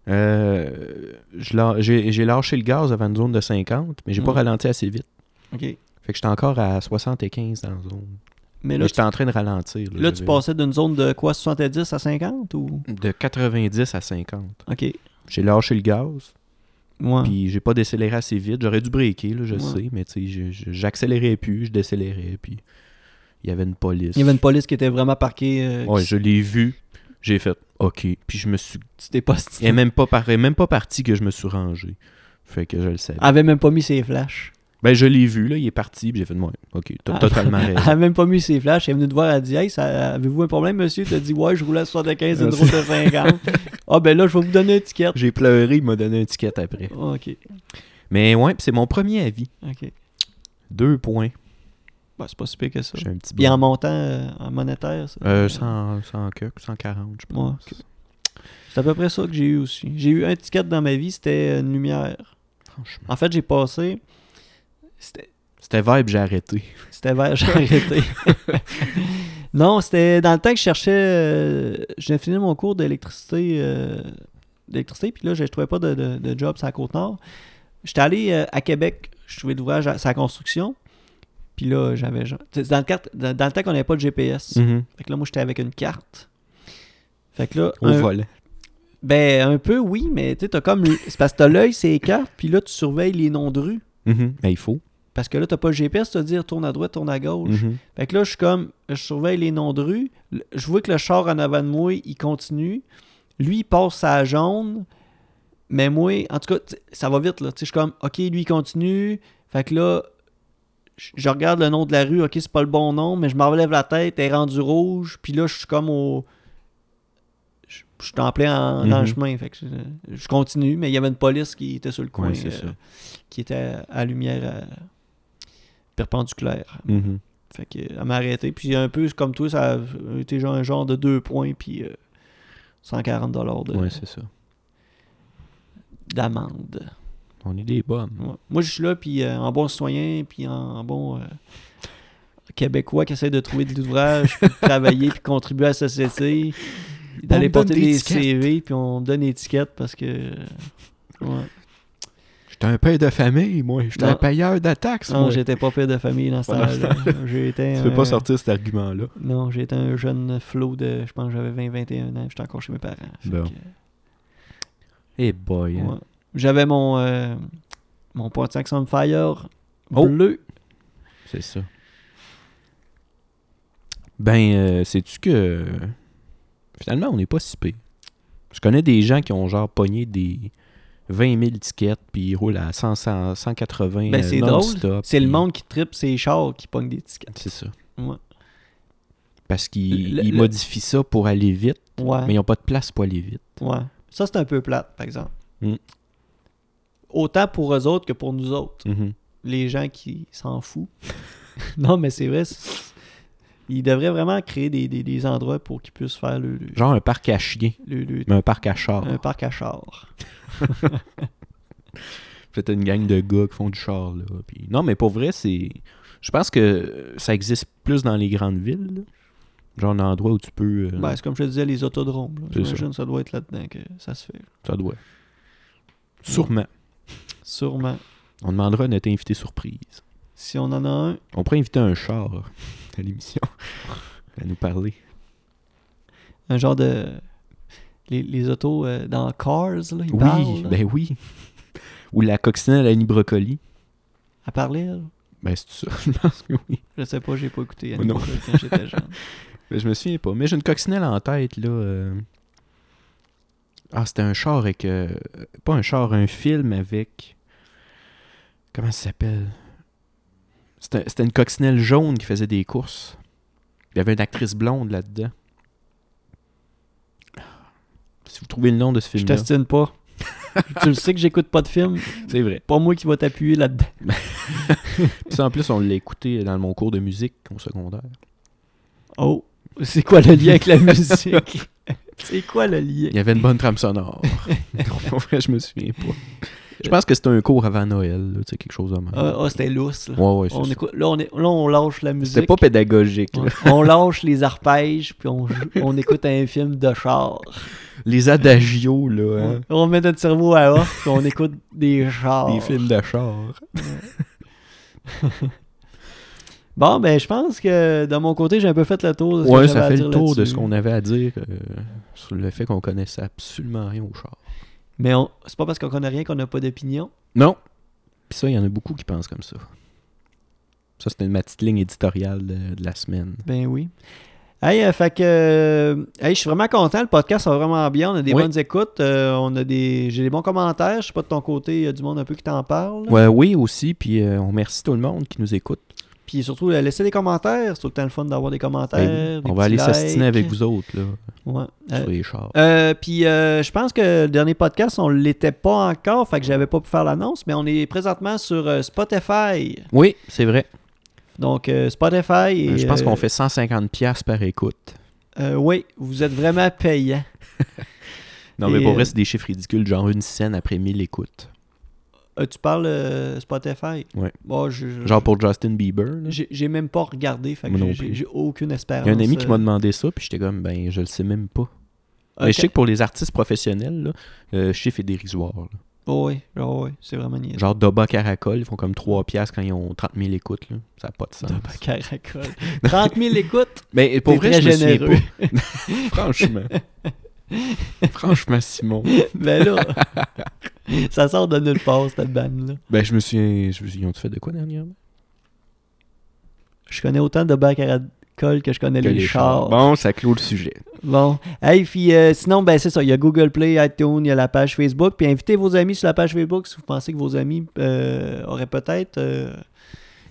Speaker 2: Euh, je lâ- J'ai j'ai lâché le gaz avant une zone de 50, mais j'ai pas
Speaker 1: Mm.
Speaker 2: ralenti assez vite.
Speaker 1: ok.
Speaker 2: Fait que j'étais encore à 75 dans la zone.
Speaker 1: Mais
Speaker 2: Mais
Speaker 1: là,
Speaker 2: j'étais en train de ralentir.
Speaker 1: Là, tu
Speaker 2: j'avais-
Speaker 1: passais d'une zone de quoi, 70 à 50 ou.
Speaker 2: De 90 à 50.
Speaker 1: Ok.
Speaker 2: J'ai lâché le gaz,
Speaker 1: Ouais.
Speaker 2: puis j'ai pas décéléré assez vite. J'aurais dû breaker, là, je
Speaker 1: Ouais.
Speaker 2: sais, mais tu sais, je- je- j'accélérais plus, je décélérais, puis il y avait une police.
Speaker 1: Il y avait une police qui était vraiment parquée. euh,
Speaker 2: Ouais,
Speaker 1: qui-
Speaker 2: je l'ai vu, j'ai fait OK, puis je me suis
Speaker 1: Tu t'es pas sti-
Speaker 2: Elle est même pas par... elle est même pas partie que je me suis rangé. Fait que je le savais.
Speaker 1: avait même pas mis ses flashs.
Speaker 2: Ben, je l'ai vu, là, il est parti, puis j'ai fait, ouais, ok, t'as
Speaker 1: Ah.
Speaker 2: totalement raison.
Speaker 1: Elle avait même pas mis ses flashs. Elle est venue te voir, elle dit Hey, ça- avez-vous un problème, monsieur Tu as dit Ouais, je roulais à 75 une
Speaker 2: Ah,
Speaker 1: route de 50. ah, ben là, je vais vous donner une étiquette.
Speaker 2: J'ai pleuré, il m'a donné un ticket après.
Speaker 1: Ah, ok.
Speaker 2: Mais ouais, puis c'est mon premier avis.
Speaker 1: Ok.
Speaker 2: Deux points.
Speaker 1: Bah, c'est pas si pire que ça.
Speaker 2: J'ai un petit
Speaker 1: Puis en
Speaker 2: bon.
Speaker 1: montant euh, en monétaire, ça- euh,
Speaker 2: Euh, 100, 100 quelques, 140, je pense.
Speaker 1: Ouais, c'est à peu près ça que j'ai eu aussi. J'ai eu un ticket dans ma vie, c'était euh, une lumière.
Speaker 2: Franchement.
Speaker 1: En fait, j'ai passé. C'était
Speaker 2: C'était vibe, j'ai arrêté.
Speaker 1: C'était vert, j'ai arrêté. non, c'était dans le temps que je cherchais. euh, j'ai fini mon cours d'électricité. euh, d'électricité, puis là, je ne trouvais pas de, de- de job sur la Côte-Nord. J'étais allé euh, à Québec, je trouvais d'ouvrage à sa construction. Puis là, j'avais. genre- tu sais, Dans le, carte- dans, dans le temps qu'on n'avait pas de GPS. Fait que là, moi, j'étais avec une carte. Fait que là.
Speaker 2: Au
Speaker 1: un-
Speaker 2: volet.
Speaker 1: ben, un peu, oui, mais tu sais, t'as comme. C'est parce que t'as l'œil, c'est les cartes, puis là, tu surveilles les noms de rue.
Speaker 2: Mhm. Ben, il faut.
Speaker 1: Parce que là, t'as pas le GPS, tu te dire tourne à droite, tourne à gauche.
Speaker 2: Mhm.
Speaker 1: Fait que là, je suis comme, je surveille les noms de rue. Le- Je vois que le char en avant de moi, il continue. Lui, il passe à jaune. Mais moi, en tout cas, tu sais, ça va vite, là. Tu sais, je suis comme, OK, lui, il continue. Fait que là, je je regarde le nom de la rue. OK, c'est pas le bon nom, mais je m'en relève la tête. Elle est rendue rouge. Puis là, je suis comme au... Je je suis en plein en- dans
Speaker 2: Mhm.
Speaker 1: le chemin. Fait que je, je continue, mais il y avait une police qui était sur le coin,
Speaker 2: Ouais, c'est
Speaker 1: euh,
Speaker 2: ça.
Speaker 1: qui était à, à lumière euh, perpendiculaire.
Speaker 2: Mhm.
Speaker 1: Fait que, elle m'a arrêté. Puis un peu comme toi, ça a été genre un genre de 2 points, puis euh, 140 dollars de-
Speaker 2: Ouais, c'est ça.
Speaker 1: d'amende.
Speaker 2: On est des bombes.
Speaker 1: Ouais. Moi, je suis là, puis euh, en bon citoyen, puis en, en bon euh, Québécois qui essaie de trouver de l'ouvrage, puis de travailler, puis contribuer à la société, puis d'aller
Speaker 2: me donne
Speaker 1: porter
Speaker 2: des
Speaker 1: des
Speaker 2: étiquettes.
Speaker 1: CV, puis on me donne des étiquettes parce que... euh, ouais.
Speaker 2: J'étais un père de famille, moi. J'étais
Speaker 1: Non.
Speaker 2: un payeur de taxes,
Speaker 1: Non, Euh,
Speaker 2: moi. Tu
Speaker 1: j'étais pas père de famille dans ce
Speaker 2: Pendant
Speaker 1: temps-là. J'étais
Speaker 2: peux
Speaker 1: un-
Speaker 2: pas sortir cet argument-là.
Speaker 1: Non, j'étais un jeune flot de... Je pense que j'avais 20-21 ans, j'étais encore chez mes parents. Fait
Speaker 2: Bon.
Speaker 1: que,
Speaker 2: Eh boy. hein.
Speaker 1: Ouais. J'avais mon, euh, mon Pontiac Sunfire
Speaker 2: Oh!
Speaker 1: bleu.
Speaker 2: C'est ça. Ben, euh, sais-tu que finalement, on n'est pas si pire. Je connais des gens qui ont genre pogné des 20 000 tickets, puis ils roulent à 100, 100, 180
Speaker 1: Ben,
Speaker 2: euh,
Speaker 1: c'est
Speaker 2: non-stop,
Speaker 1: C'est le
Speaker 2: puis-
Speaker 1: monde qui tripe ses chars qui pogne des tickets.
Speaker 2: C'est ça.
Speaker 1: Ouais.
Speaker 2: Parce
Speaker 1: Le-
Speaker 2: qu'ils ils
Speaker 1: le-
Speaker 2: modifient ça pour aller vite,
Speaker 1: Ouais.
Speaker 2: mais ils n'ont pas de place pour aller vite.
Speaker 1: ouais. Ça, c'est un peu plate, par exemple.
Speaker 2: Mm.
Speaker 1: Autant pour eux autres que pour nous autres.
Speaker 2: Mhm.
Speaker 1: Les gens qui s'en foutent. non, mais c'est vrai. c'est- Ils devraient vraiment créer des, des- des endroits pour qu'ils puissent faire le, le-
Speaker 2: Genre un parc à chiens,
Speaker 1: le- le-
Speaker 2: mais un parc à char.
Speaker 1: un parc à chars.
Speaker 2: Peut-être une gang de gars qui font du char, là. Puis... Non, mais pour vrai, c'est. Je pense que ça existe plus dans les grandes villes. là. Genre un endroit où tu peux. euh,
Speaker 1: Ben, c'est comme je te disais, les autodromes. là.
Speaker 2: C'est ça.
Speaker 1: J'imagine que ça doit être là-dedans que ça se fait.
Speaker 2: ça doit. Sûrement.
Speaker 1: Sûrement.
Speaker 2: On demandera à notre invité surprise.
Speaker 1: Si on en a un,
Speaker 2: On pourrait inviter un char à l'émission. à nous parler.
Speaker 1: un genre de les, les autos euh, dans Cars là, ils
Speaker 2: oui,
Speaker 1: parlent. là.
Speaker 2: ben oui. Ou la coccinelle à Annie Brocoli.
Speaker 1: Elle parlait. elle.
Speaker 2: Ben, c'est ça, je pense que oui.
Speaker 1: Je sais pas, j'ai pas écouté
Speaker 2: Oh non.
Speaker 1: Animal Crossing quand j'étais jeune.
Speaker 2: Mais je me souviens pas. Mais j'ai une coccinelle en tête, là. euh. Ah, c'était un char avec. euh, Pas un char, un film avec. Comment ça s'appelle C'était c'était une coccinelle jaune qui faisait des courses. Il y avait une actrice blonde là-dedans. Si vous trouvez le nom de ce
Speaker 1: Je
Speaker 2: film-là.
Speaker 1: t'estime pas. tu le sais que j'écoute pas de films.
Speaker 2: C'est vrai.
Speaker 1: Pas moi qui va t'appuyer là-dedans.
Speaker 2: Puis ça, en plus, on l'a écouté dans mon cours de musique au secondaire.
Speaker 1: Oh, c'est quoi le lien avec la musique? c'est quoi le lien?
Speaker 2: Il y avait une bonne trame sonore. en vrai, je me souviens pas. Je pense que c'était un cours avant Noël, là, tu sais, quelque chose de même.
Speaker 1: Ah, ah, c'était lousse. Là.
Speaker 2: ouais, ouais,
Speaker 1: on
Speaker 2: c'est ça.
Speaker 1: écoute- là, on est- là, on lâche la musique.
Speaker 2: C'était pas pédagogique. là.
Speaker 1: On- on lâche les arpèges, puis on, joue- on écoute un film de char.
Speaker 2: Les adagios, là, hein,
Speaker 1: On met notre cerveau à off, puis on écoute des chars.
Speaker 2: des films de char.
Speaker 1: Bon, ben, je pense que de mon côté, j'ai un peu fait le tour de ce
Speaker 2: Ouais,
Speaker 1: que j'avais
Speaker 2: ça
Speaker 1: à
Speaker 2: fait
Speaker 1: dire
Speaker 2: le tour de
Speaker 1: là-dessus.
Speaker 2: ce qu'on avait à dire euh, sur le fait qu'on connaissait absolument rien au char.
Speaker 1: Mais on- c'est pas parce qu'on connaît rien qu'on n'a pas d'opinion.
Speaker 2: Non. Puis ça, il y en a beaucoup qui pensent comme ça. Ça, c'était ma petite ligne éditoriale de, de la semaine.
Speaker 1: Ben oui. Hey, euh, fait que. euh, hey, je suis vraiment content. Le podcast va vraiment bien. On a des
Speaker 2: Oui.
Speaker 1: bonnes écoutes. euh, on a des. J'ai des bons commentaires. Je sais pas de ton côté, il y a du monde un peu qui t'en parle.
Speaker 2: Ouais, oui, aussi. Puis euh, on remercie tout le monde qui nous écoute.
Speaker 1: Puis surtout, euh, laissez des commentaires. C'est tout le temps le fun d'avoir des commentaires.
Speaker 2: Ben oui,
Speaker 1: des
Speaker 2: on
Speaker 1: petits
Speaker 2: va aller
Speaker 1: likes.
Speaker 2: s'astiner avec vous autres, là,
Speaker 1: Ouais. Euh,
Speaker 2: sur les chars.
Speaker 1: Euh, puis euh, je pense que le dernier podcast, on l'était pas encore, fait que j'avais pas pu faire l'annonce, mais on est présentement sur euh, Spotify.
Speaker 2: Oui, c'est vrai.
Speaker 1: Donc euh, Spotify et,
Speaker 2: je pense
Speaker 1: euh,
Speaker 2: qu'on fait 150$ piastres par écoute.
Speaker 1: euh, oui, vous êtes vraiment payant.
Speaker 2: Non, mais
Speaker 1: Et,
Speaker 2: pour
Speaker 1: euh,
Speaker 2: vrai, c'est des chiffres ridicules, genre une scène après 1000 écoutes.
Speaker 1: Euh, tu parles euh, Spotify?
Speaker 2: Ouais.
Speaker 1: Bon, je, je-
Speaker 2: Genre pour Justin Bieber. là.
Speaker 1: Hmm. j'ai j'ai même pas regardé, fait que
Speaker 2: Moi non
Speaker 1: j'ai-
Speaker 2: plus.
Speaker 1: j'ai j'ai aucune espérance.
Speaker 2: Il y a un ami qui m'a
Speaker 1: euh,
Speaker 2: demandé ça, puis j'étais comme, ben, je le sais même pas. Mais
Speaker 1: ok.
Speaker 2: je sais que pour les artistes professionnels, là, euh, le chiffre est dérisoire. là.
Speaker 1: Oh, oui, oh, oui, c'est vraiment niais.
Speaker 2: Genre Doba Caracol, ils font comme 3 piastres quand ils ont 30 000 écoutes. là. Ça n'a pas de sens.
Speaker 1: Doba Caracol. 30 000 écoutes,
Speaker 2: Mais pour
Speaker 1: t'es
Speaker 2: vrai,
Speaker 1: très
Speaker 2: je me souviens
Speaker 1: généreux.
Speaker 2: pas. Franchement. Franchement, Simon.
Speaker 1: ben là, ça sort de nulle part, cette banne-là.
Speaker 2: Ben, je me souviens. Je me souviens, ils ont-tu fait de quoi dernièrement?
Speaker 1: Je connais autant de bacs à racole que je connais
Speaker 2: Que
Speaker 1: les, chars. Bon.
Speaker 2: Bon, ça clôt le sujet.
Speaker 1: Hey, puis euh, sinon, ben c'est ça. Il y a Google Play, iTunes, il y a la page Facebook. Puis invitez vos amis sur la page Facebook si vous pensez que vos amis euh, auraient peut-être. euh,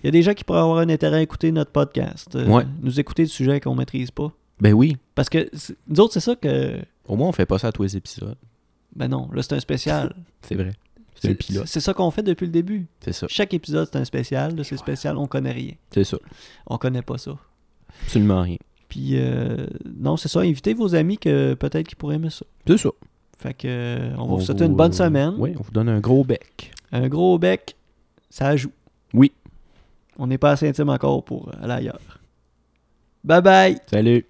Speaker 1: Il y a des gens qui pourraient avoir un intérêt à écouter notre podcast. Euh,
Speaker 2: Ouais.
Speaker 1: Nous écouter du sujet qu'on maîtrise pas.
Speaker 2: Ben oui.
Speaker 1: Parce que c'est- nous autres, c'est ça que.
Speaker 2: Au moins, on fait pas ça à tous les épisodes.
Speaker 1: Ben non, là, c'est un spécial.
Speaker 2: C'est vrai. C'est un pilote.
Speaker 1: C'est ça qu'on fait depuis le début.
Speaker 2: C'est ça.
Speaker 1: Chaque épisode, c'est un spécial. Là, c'est spécial, on connaît rien.
Speaker 2: C'est ça.
Speaker 1: On connaît pas ça.
Speaker 2: Absolument rien.
Speaker 1: Puis, euh, non, c'est ça. Invitez vos amis que peut-être qu'ils pourraient aimer ça.
Speaker 2: C'est ça.
Speaker 1: Fait que, euh, on va vous souhaiter une bonne semaine.
Speaker 2: Oui, on vous donne un gros bec.
Speaker 1: Un gros bec, ça joue.
Speaker 2: Oui.
Speaker 1: On n'est pas assez intime encore pour euh, aller ailleurs. Bye bye!
Speaker 2: Salut.